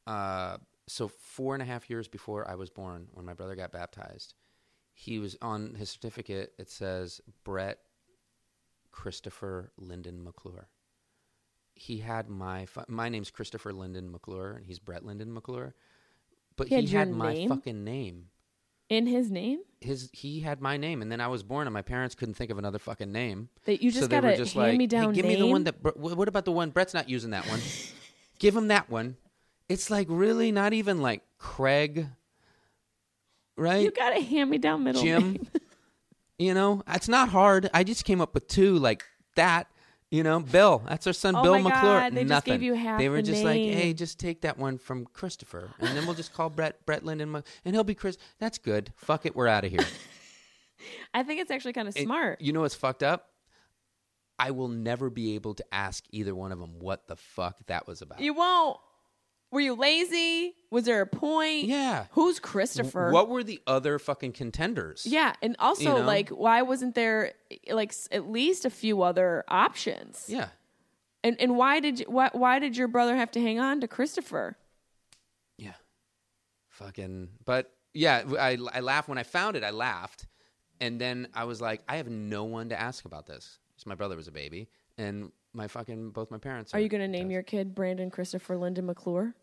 uh, so four and a half years before I was born, when my brother got baptized, he was on his certificate. It says Brett Christopher Lyndon McClure. He had my fu- my name's Christopher Lyndon McClure, and he's Brett Lyndon McClure. But
He
he,
had your
had my
name?
fucking name.
in his name.
His he had my name, and then I was born, and my parents couldn't think of another fucking name.
That you just
so they
gotta
were just
hand
like,
me
"Hey,
down
give me the
name?"
one that. Br- wh- What about the one Brett's not using that one? give him that one. It's like really not even like Craig,
You
right?
got a hand-me-down middle name.
Jim. you know, it's not hard. I just came up with two like that. You know, Bill. That's our son,
Oh
Bill
my
McClure.
God, they just
Nothing.
gave you half
they were
the
just like,
name.
"Hey, just take that one from Christopher, and then we'll just call Brett Brett Lyndon, Mc- and he'll be Chris. That's good. Fuck it, we're out of here."
I think it's actually kind of
And
smart.
You know what's fucked up? I will never be able to ask either one of them what the fuck that was about.
You won't. Were you lazy? Was there a point?
Yeah.
Who's Christopher?
What were the other fucking contenders?
Yeah, and also
You know?
like, why wasn't there eh, like s- at least a few other options?
Yeah.
And and why did you, why why did your brother have to hang on to Christopher?
Yeah. Fucking. But yeah, I, I laughed when I found it. I laughed. And then I was like, I have no one to ask about this. 'Cause my brother was a baby. And my fucking, both my parents.
Are you going to name your kid Brandon Christopher Lyndon McClure?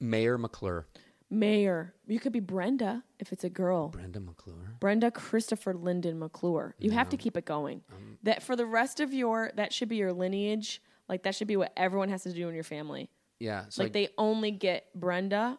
Mayor McClure.
Mayor. You could be Brenda if it's a girl.
Brenda McClure.
Brenda Christopher Lyndon McClure. You have to keep it going.
Um,
that for the rest of your that should be your lineage. Like that should be what everyone has to do in your family.
Yeah. So
Like,
like,
they only get Brenda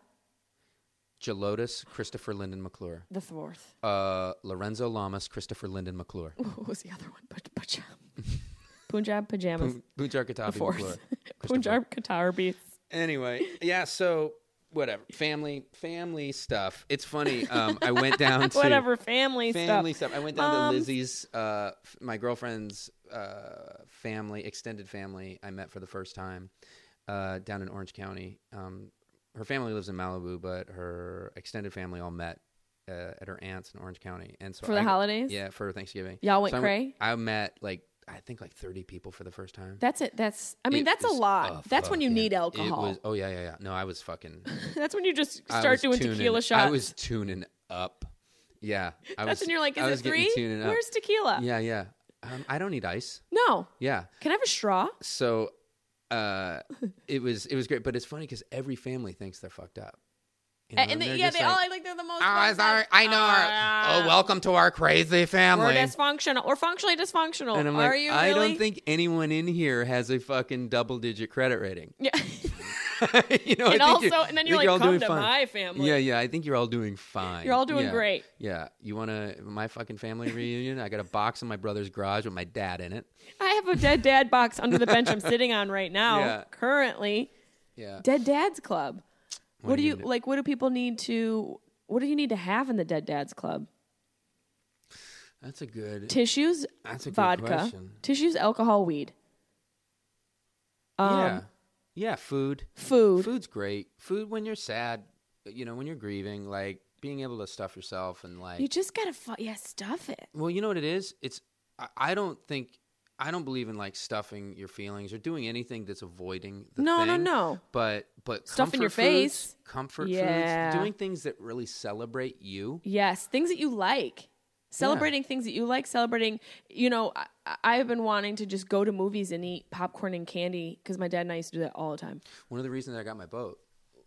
Gelotus, Christopher Lyndon McClure.
the fourth.
Uh, Lorenzo Lamas, Christopher Lyndon McClure.
What was the other one? Punj- Punjab. Punjab pajamas.
Punjar Katabi
the
McClure.
fourth. Punjab Qatar beats.
anyway, yeah. So whatever, family, family stuff. It's funny. Um, I went down to
Whatever family,
family
stuff. Um,
stuff. I went down
Moms.
to Lizzie's, uh, f- my girlfriend's uh, family, extended family. I met for the first time uh, down in Orange County. Um, her family lives in Malibu, but her extended family all met. Uh, at her aunt's in Orange County, and so
For the
I-
holidays?
yeah, for Thanksgiving,
Y'all went
so I
cray?
I met like I think like thirty people for the first time.
That's it. That's I mean
It
that's a
was
lot.
a
that's when you
fucking-
need
it
alcohol.
was- oh yeah, yeah, yeah. No, I was fucking.
that's when you just
I
start
was
doing
tuning-
tequila shots.
I was tuning up. Yeah, I
that's
was,
when you're like,
I
is
was
it
getting
three?
tuning up.
Where's tequila?
Yeah, yeah. Um, I don't need ice.
No.
Yeah.
Can I have a straw?
So, uh, it was it was great, but it's funny because every family thinks they're fucked up. You know,
And, the,
they're
yeah,
just
they all
like,
act like they're the most.
Oh,
fucked
sorry,
up.
I know.
Ah.
Our, oh, welcome to our crazy
We're
family.
dysfunctional. We're functionally dysfunctional.
And I'm
Oh, Are
like,
you
I
really?
don't think anyone in here has a fucking double digit credit rating.
Yeah.
you know,
and
I think
also,
you're-
and then
I
you're like,
think all
come
doing
to
fine.
my family.
Yeah, yeah. I think you're all doing fine.
You're all doing
Yeah.
great.
Yeah. You want to my fucking family reunion? I got a box in my brother's garage with my dad in it.
I have a dead dad box under the bench I'm sitting on right now,
Yeah.
currently.
Yeah.
Dead Dad's Club. What,
are
do
you
you
gonna do?
like? What do people need to? What do you need to have in the Dead Dad's Club?
That's a good.
Tissues,
That's a good
vodka,
question.
tissues, alcohol, weed, Um,
yeah. Yeah. Food.
food.
Food's great. Food when you're sad. You know, when you're grieving, like being able to stuff yourself and like
You just gotta, fu- yeah, stuff it.
Well, you know what it is? It's I, I don't think I don't believe in like stuffing your feelings or doing anything that's avoiding the
No, no,
thing.
no.
But but
Stuff in
comfort
your
foods-
face.
comfort
Yeah.
foods, doing things that really celebrate you.
Yes, things that you like. Celebrating things that you like. Celebrating, you know, I, I- I've been wanting to just go to movies and eat popcorn and candy because my dad and I used to do that all the time.
One of the reasons I got my boat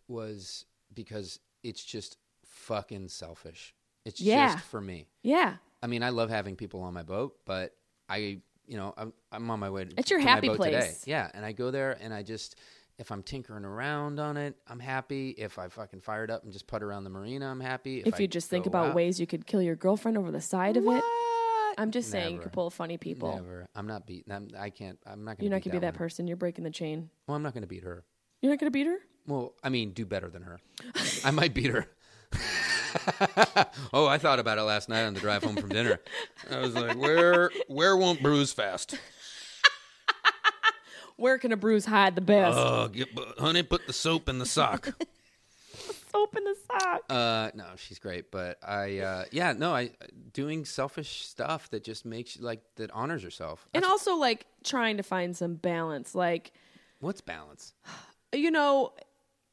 was because it's just fucking selfish. It's
Yeah.
just for me.
Yeah,
I mean, I love having people on my boat, but I, you know, I'm, I'm on my way. To,
It's your
to
happy
my boat Today.
place.
Yeah, and I go there and I just, if I'm tinkering around on it, I'm happy. If I fucking fired up and just put around the marina, I'm happy.
if,
I
you just think
go
about
out-
ways you could kill your girlfriend over the side of it. I'm just saying you
Never.
could pull funny people.
Never. I'm not beating. I'm, I can't. I'm not gonna.
You're not
beat
gonna be that
one.
person. You're breaking the chain.
Well, I'm not gonna beat her.
You're not gonna beat her.
Well, I mean, do better than her. I might beat her. oh, I thought about it last night on the drive home from dinner. I was like, where, where won't bruise fast?
Where can a bruise hide the best?
Oh, get, but, honey, put the soap in the sock.
Open the sock.
uh, no, she's great, but I, uh, yeah, no, I doing selfish stuff that just makes you like that honors yourself.
and also like trying to find some balance, like
What's balance?
you know,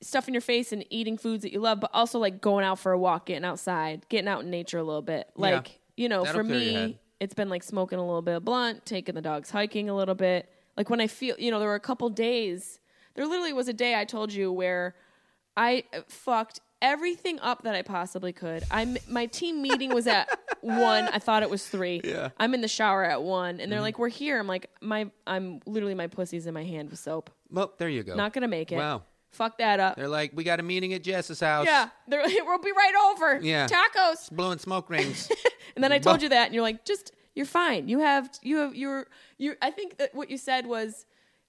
stuff in your face and eating foods that you love, but also like going out for a walk, getting outside, getting out in nature a little bit. Like you know,
That'll
for
clear your head.
me, it's been like smoking a little bit of blunt, taking the dogs hiking a little bit. Like when I feel, you know, there were a couple days. There literally was a day I told you where I uh, fucked everything up that I possibly could. I'm my team meeting was at one. I thought it was three. Yeah. I'm in the shower at one,
Mm-hmm.
and they're like, "We're here." I'm like, "My, I'm literally my pussy's in my hand with soap.
Well, there you go.
Not gonna make it.
Wow.
Fuck that up.
They're like, we got a meeting at Jess's house.
yeah, they're, we'll be right over.
Yeah.
tacos.
Blowing smoke rings.
And then I told you that, and you're like, just you're fine. You have you have you're you. I think that what you said was,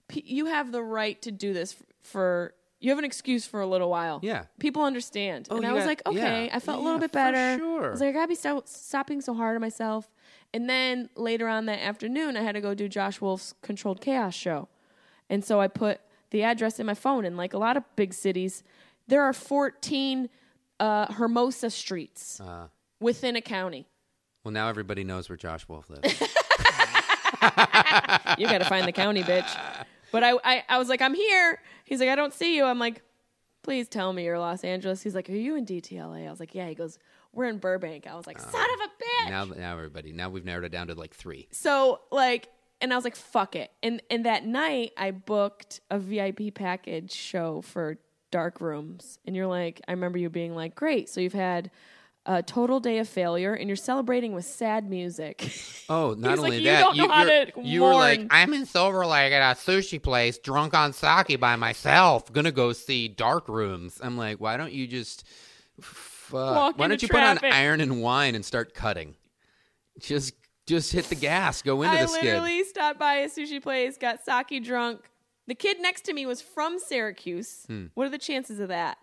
"P- you have the right to do this f- for. You have an excuse for a little while.
Yeah. Oh,
people understand. and
you
I was
got-
like, okay,
yeah.
I felt a
Yeah,
little bit
for
better.
sure.
I was like, I gotta be stop, stop being so hard on myself. And then later on that afternoon, I had to go do Josh Wolf's Controlled Chaos show, and so I put the address in my phone. And like a lot of big cities, there are 14 uh, Hermosa streets
Uh-huh.
within a county.
well, now everybody knows where Josh Wolf lives.
you gotta find the county bitch but I, I i was like i'm here he's like i don't see you i'm like please tell me you're los angeles he's like are you in dtla i was like yeah he goes we're in burbank i was like son of a bitch
now, now everybody. Now we've narrowed it down to like three.
so like and i was like fuck it and and that night i booked a vip package show for dark rooms and you're like i remember you being like great so you've had a total day of failure and you're celebrating with sad music
Oh, not
He's like,
only
"You
that,
don't know how
you're-
to
you were like,
mourn."
I'm in Silver Lake at a sushi place, drunk on sake by myself, gonna go see Dark Rooms. I'm like, why don't you just fuck?
Walk
why
into
don't you put on
traffic.
iron and wine and start cutting? Just, just hit the gas, go into
I
the skid.
literally stopped by a sushi place, got sake drunk. The kid next to me was from Syracuse.
Hmm.
What are the chances of that?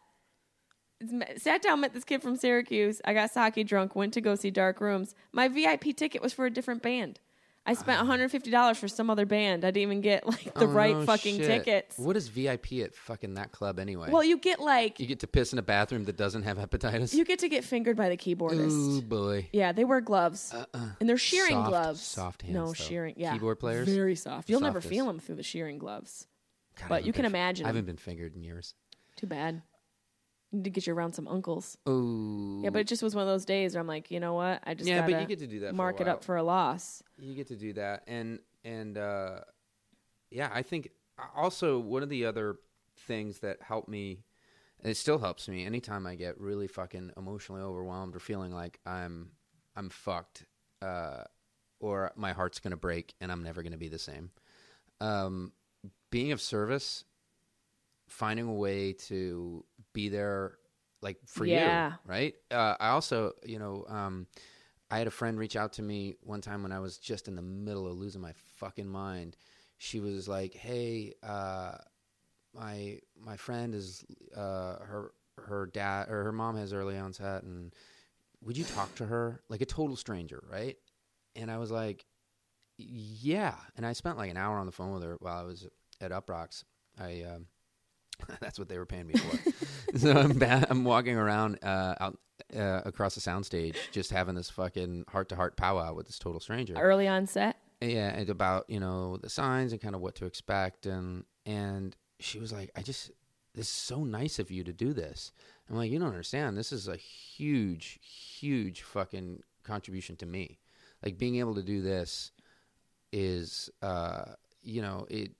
It's me- Sat down, met this kid from Syracuse. I got sake drunk, went to go see Dark Rooms. My VIP ticket was for a different band. I spent $150 for some other band. I didn't even get like the
Ah. Oh,
right
no
fucking
shit.
tickets.
What is VIP at fucking that club anyway?
Well, you get like
you get to piss in a bathroom that doesn't have hepatitis.
you get to get fingered by the keyboardist.
Ooh boy.
Yeah, they wear gloves, and they're shearing
Soft-
gloves.
soft hands,
No
though.
shearing. Yeah,
Keyboard players?
very soft. You'll never
Softest.
feel them through the shearing gloves.
God, I
but
haven't
you can
been-
imagine.
I haven't been fingered in years.
Too bad. Need to get you around some uncles.
Ooh.
Yeah, but it just was one of those days where I'm like, you know what? I just
Um, Yeah, but you
gotta
get to do that for a
Mark it
while.
up for a loss.
you get to do that and and uh yeah i think also one of the other things that helped me It still helps me anytime I get really fucking emotionally overwhelmed or feeling like I'm I'm fucked uh, or my heart's gonna break and I'm never gonna be the same. Um, being of service, finding a way to be there, like for
Yeah.
you, right? Uh, I also, you know, um, I had a friend reach out to me one time when I was just in the middle of losing my fucking mind. She was like, "Hey." Uh, my my friend is uh her her dad or her mom has early onset and would you talk to her like a total stranger right and i was like yeah and i spent like an hour on the phone with her while i was at up rocks i um that's what they were paying me for so i'm ba- i'm walking around uh out uh, across the soundstage just having this fucking heart-to-heart powwow with this total stranger
Early onset.
yeah and about you know the signs and kind of what to expect and and she was like i just this is so nice of you to do this i'm like you don't understand this is a huge huge fucking contribution to me like being able to do this is uh you know it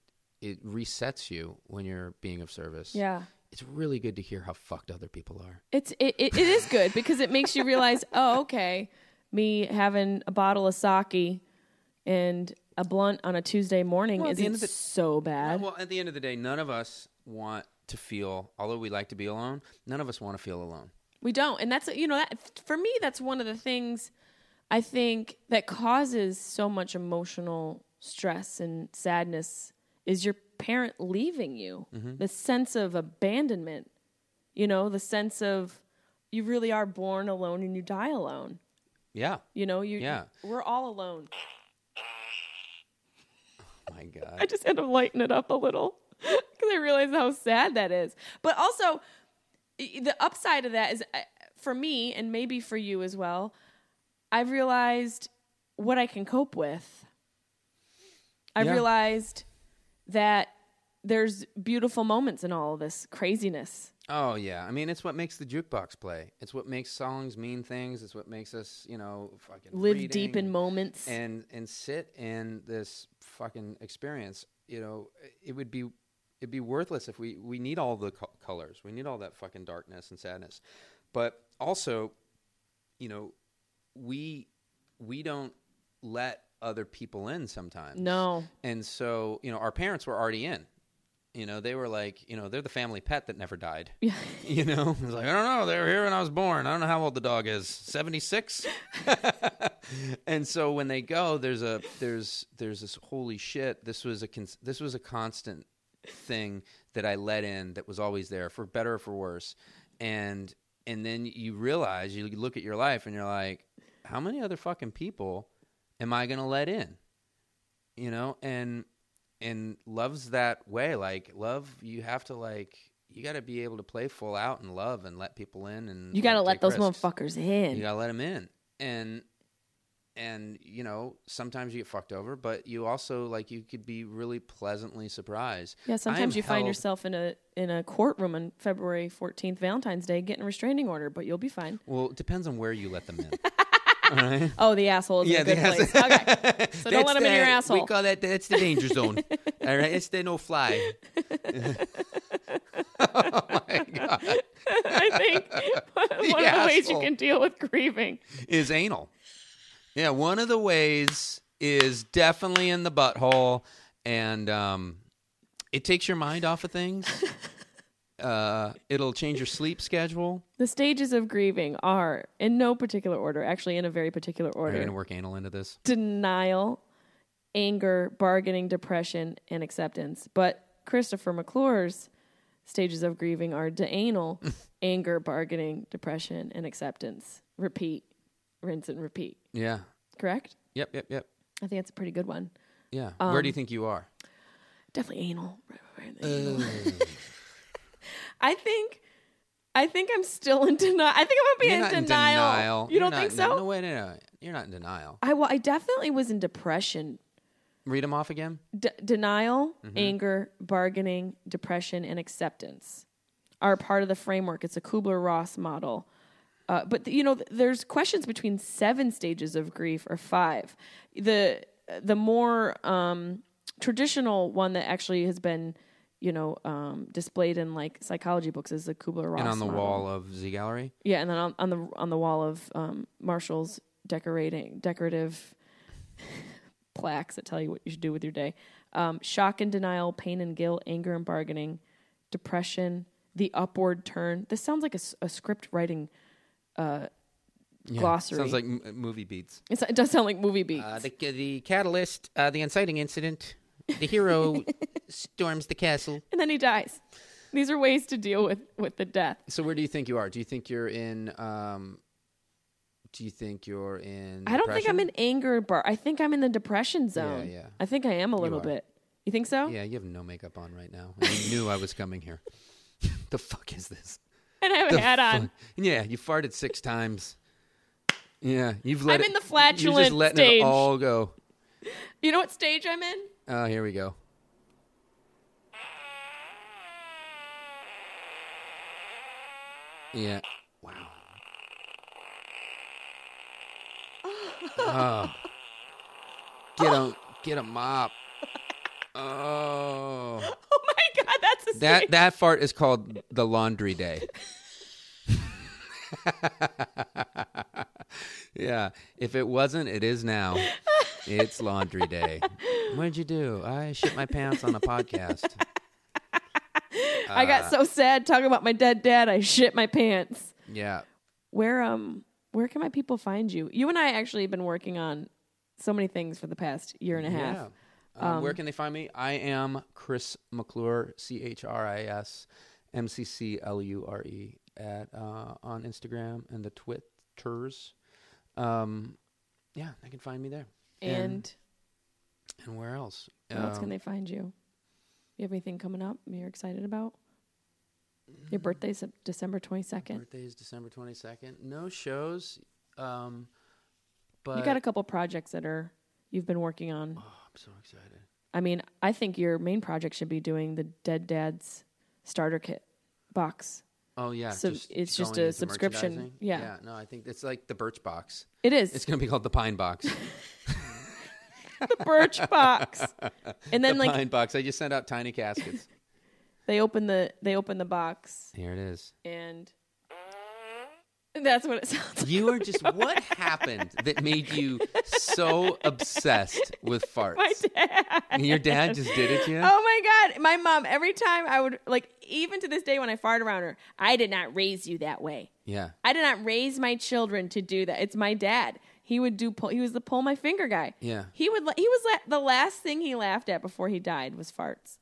it resets you when you're being of service
Yeah.
it's really good to hear how fucked other people are
It's it, it, it is good because it makes you realize, oh, okay, me having a bottle of sake and a blunt on a Tuesday morning
Well, at the end
isn't
of the-
so bad.
Well, at the end of the day, none of us want to feel, although we like to be alone, none of us want to feel alone.
We don't, and that's you know that for me that's one of the things I think that causes so much emotional stress and sadness is your parent leaving you. The sense of abandonment, you know, the sense of you really are born alone and you die alone.
Yeah.
You know, you
Yeah.
we're all alone.
My God.
I just had to lighten it up a little because I realized how sad that is. But also, i- the upside of that is I- for me, and maybe for you as well, I've realized what I can cope with. I've
Yeah.
realized that there's beautiful moments in all of this craziness.
Oh yeah, I mean it's what makes the jukebox play. It's what makes songs mean things. It's what makes us, you know, fucking
Live
reading
deep in moments.
and and sit in this fucking experience. You know, it would be it'd be worthless if we we need all the co- colors. We need all that fucking darkness and sadness, but also, you know, we we don't let other people in sometimes.
No.
and so you know our parents were already in. You know, they were like, you know, they're the family pet that never died.
Yeah.
You know, it's like I don't know. They were here when I was born. I don't know how old the dog is. Seventy six. and so when they go, there's a there's there's this holy shit. This was a cons- this was a constant thing that I let in that was always there for better or for worse. And and then you realize you look at your life and you're like, how many other fucking people am I gonna let in? you know and and love's that way like love you have to like you got to be able to play full out and love and let people in and
You got to let
like, take
those
risks.
motherfuckers in.
you got to let them in and and you know sometimes you get fucked over but you also like you could be really pleasantly surprised
Yeah, sometimes
I'm
you find
held-
yourself in a in a courtroom on February 14th, Valentine's Day, getting a restraining order, but you'll be fine.
well it depends on where you let them in
Oh, the asshole is
Yeah,
in a
the
good
asshole.
place. Okay. So don't let
That's
him in
the-
your asshole.
We call that that's the danger zone. All right, it's the no fly. oh my god,
I think one of the ways you
asshole.
can deal with grieving.
is anal. Yeah, one of the ways is definitely in the butthole, and um, it takes your mind off of things. uh, it'll change your sleep schedule.
The stages of grieving are in no particular order, actually in a very particular
Are you
order.
gonna work anal into this?
Denial, anger, bargaining, depression, and acceptance. But Christopher McClure's stages of grieving are deanal, anger, bargaining, depression, and acceptance. Repeat, rinse and repeat.
Yeah.
Correct?
Yep. Yep. Yep.
I think that's a pretty good one.
Yeah. Where do you think you are?
Definitely anal. Right, right, right, anal. I think I think I'm still in denial. I think I'm gonna be
You're
in,
not
denial.
in denial.
You
You're
don't think
not-
so?
No, no, wait, no, no. You're not in denial.
I well, I definitely was in depression.
Read them off again.
D- denial,
Mm-hmm.
anger, bargaining, depression, and acceptance are part of the framework. It's a Kubler Ross model. Uh, but you know, th- there's questions between seven stages of grief or five. The the more um, traditional one that actually has been you know, um, displayed in like psychology books as the Kubler Ross.
and on the wall of Z Gallery.
Yeah, and then on, on the on the wall of um, Marshall's decorating decorative plaques that tell you what you should do with your day. Um, shock and denial, pain and guilt, anger and bargaining, depression, the upward turn. This sounds like a, s- a script writing uh,
Yeah.
glossary.
Sounds like m- movie beats.
It's- it does sound like movie beats.
Uh, the, the catalyst, uh, the inciting incident, the hero storms the castle.
and then he dies. These are ways to deal with with the death.
So where do you think you are? Do you think you're in? Um, do you think you're in?
I don't think I'm
depression?
in anger bar. I think I'm in the depression zone.
yeah.
I think I am a little
are.
bit. You think so?
Yeah, you have no makeup on right now. I knew I was coming here. the fuck is this?
And I have a
The
hat on.
fuck- Yeah, you farted six times. Yeah, you've let.
I'm
it-
in the flatulent
You're just letting
stage.
it all go.
You know what stage I'm in?
Oh, here we go. Yeah. Wow. Oh. Get a get a mop.
Oh
Oh.
my god, that's a
That
stage.
that fart is called the laundry day. yeah, if it wasn't, it is now. It's laundry day. What'd you do? I shit my pants on a podcast.
I
uh,
got so sad talking about my dead dad. I shit my pants.
Yeah.
Where um where can my people find you? You and I actually have been working on so many things for the past year and a half.
Yeah. Um, where can they find me? I am Chris McClure, C H R I S M C C L U R E at uh, on Instagram and the Twitters. Um, yeah, they can find me there.
And
And where else?
where else
Um,
can they find you? You have anything coming up you're excited about? Your birthday's Sep- December twenty second.
Birthday is December twenty second. No shows, um, but
You got a couple projects that are you've been working on.
Oh, I'm so excited.
I mean, I think your main project should be doing the Dead Dad's starter kit box.
Oh yeah,
So it's just
going
a
into
subscription.
merchandising.
Yeah.
yeah. No, I think it's like the Birch Box.
It is.
It's gonna be called the Pine Box.
the birch box. And then
the
like
Pine Box. I just sent out tiny caskets.
they open the they open the box
Here it is.
and that's what it sounds like.
You are just what happened that made you so obsessed with farts? My dad. Your dad just did it to you.
Oh my god, my mom every time I would like even to this day when I fart around her, I did not raise you that way.
Yeah.
I did not raise my children to do that. It's my dad. He would do pull, he was the pull my finger guy.
Yeah.
He would la- he was la- the last thing he laughed at before he died was farts.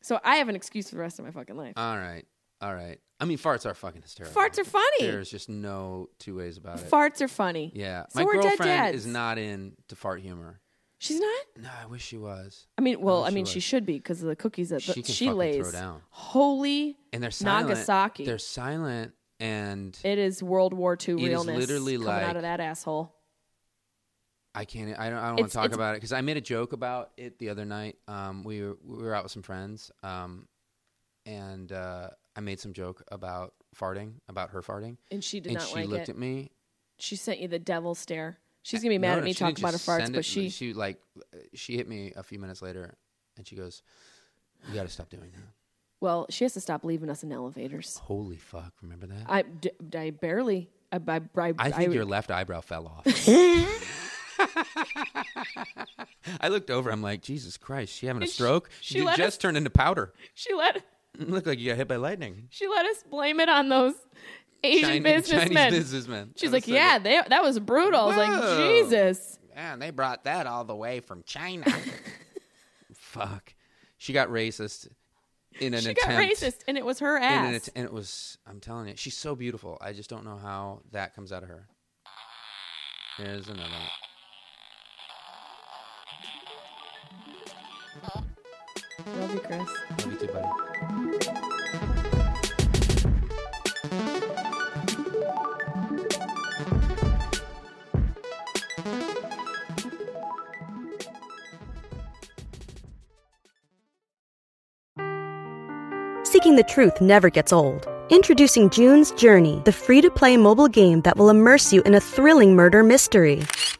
So I have an excuse for the rest of my fucking life.
All right. All right. I mean, farts are fucking hysterical.
farts are funny.
There's just no two ways about it.
Farts are funny.
Yeah,
So
my
are dead
girlfriend
dads.
is not in to fart humor.
She's not.
No, I wish she was.
I mean, well, I
she
mean, she
was.
should be because of the cookies that the,
She can
she
fucking
lays.
throw down.
Holy
And they're silent.
Nagasaki.
They're silent, and
It is World War II
is
realness
literally
coming
like-
out of that asshole.
I can't. e, I don't. I don't want
It's-
to talk
it's-
about it because I made a joke about it the other night. Um, we were we were out with some friends, um, and uh, I made some joke about farting, about her farting,
And she did
and
not
she
like
looked
it.
at me.
She sent you the devil stare. She's gonna be mad
No,
at
no,
me
she
talking
didn't
about her
just
farts,
send
but
it.
she
she like she hit me a few minutes later, and she goes, "You got to stop doing that."
well, she has to stop leaving us in elevators.
Holy fuck! Remember that?
I, d- I barely. I, I, I,
I think
I-
your left eyebrow fell off. I looked over. I'm like, Jesus Christ, she having a stroke?
she
you
let
just
us-
turned into powder.
She let
You Look like you got hit by lightning.
she let us blame it on those Asian
Chinese-
businessmen.
Chinese businessmen.
She's
I
like,
was
yeah, they, that was brutal. I was like,
Whoa.
Jesus.
Man, they brought that all the way from China. Fuck. She got racist in an
she
attempt.
got racist, and it was her
in
ass.
an att- and it was, I'm telling you, she's so beautiful. I just don't know how that comes out of her. There's another one.
Love you, Chris.
Love you too, buddy.
Seeking the truth never gets old. Introducing June's Journey, the free to play mobile game that will immerse you in a thrilling murder mystery.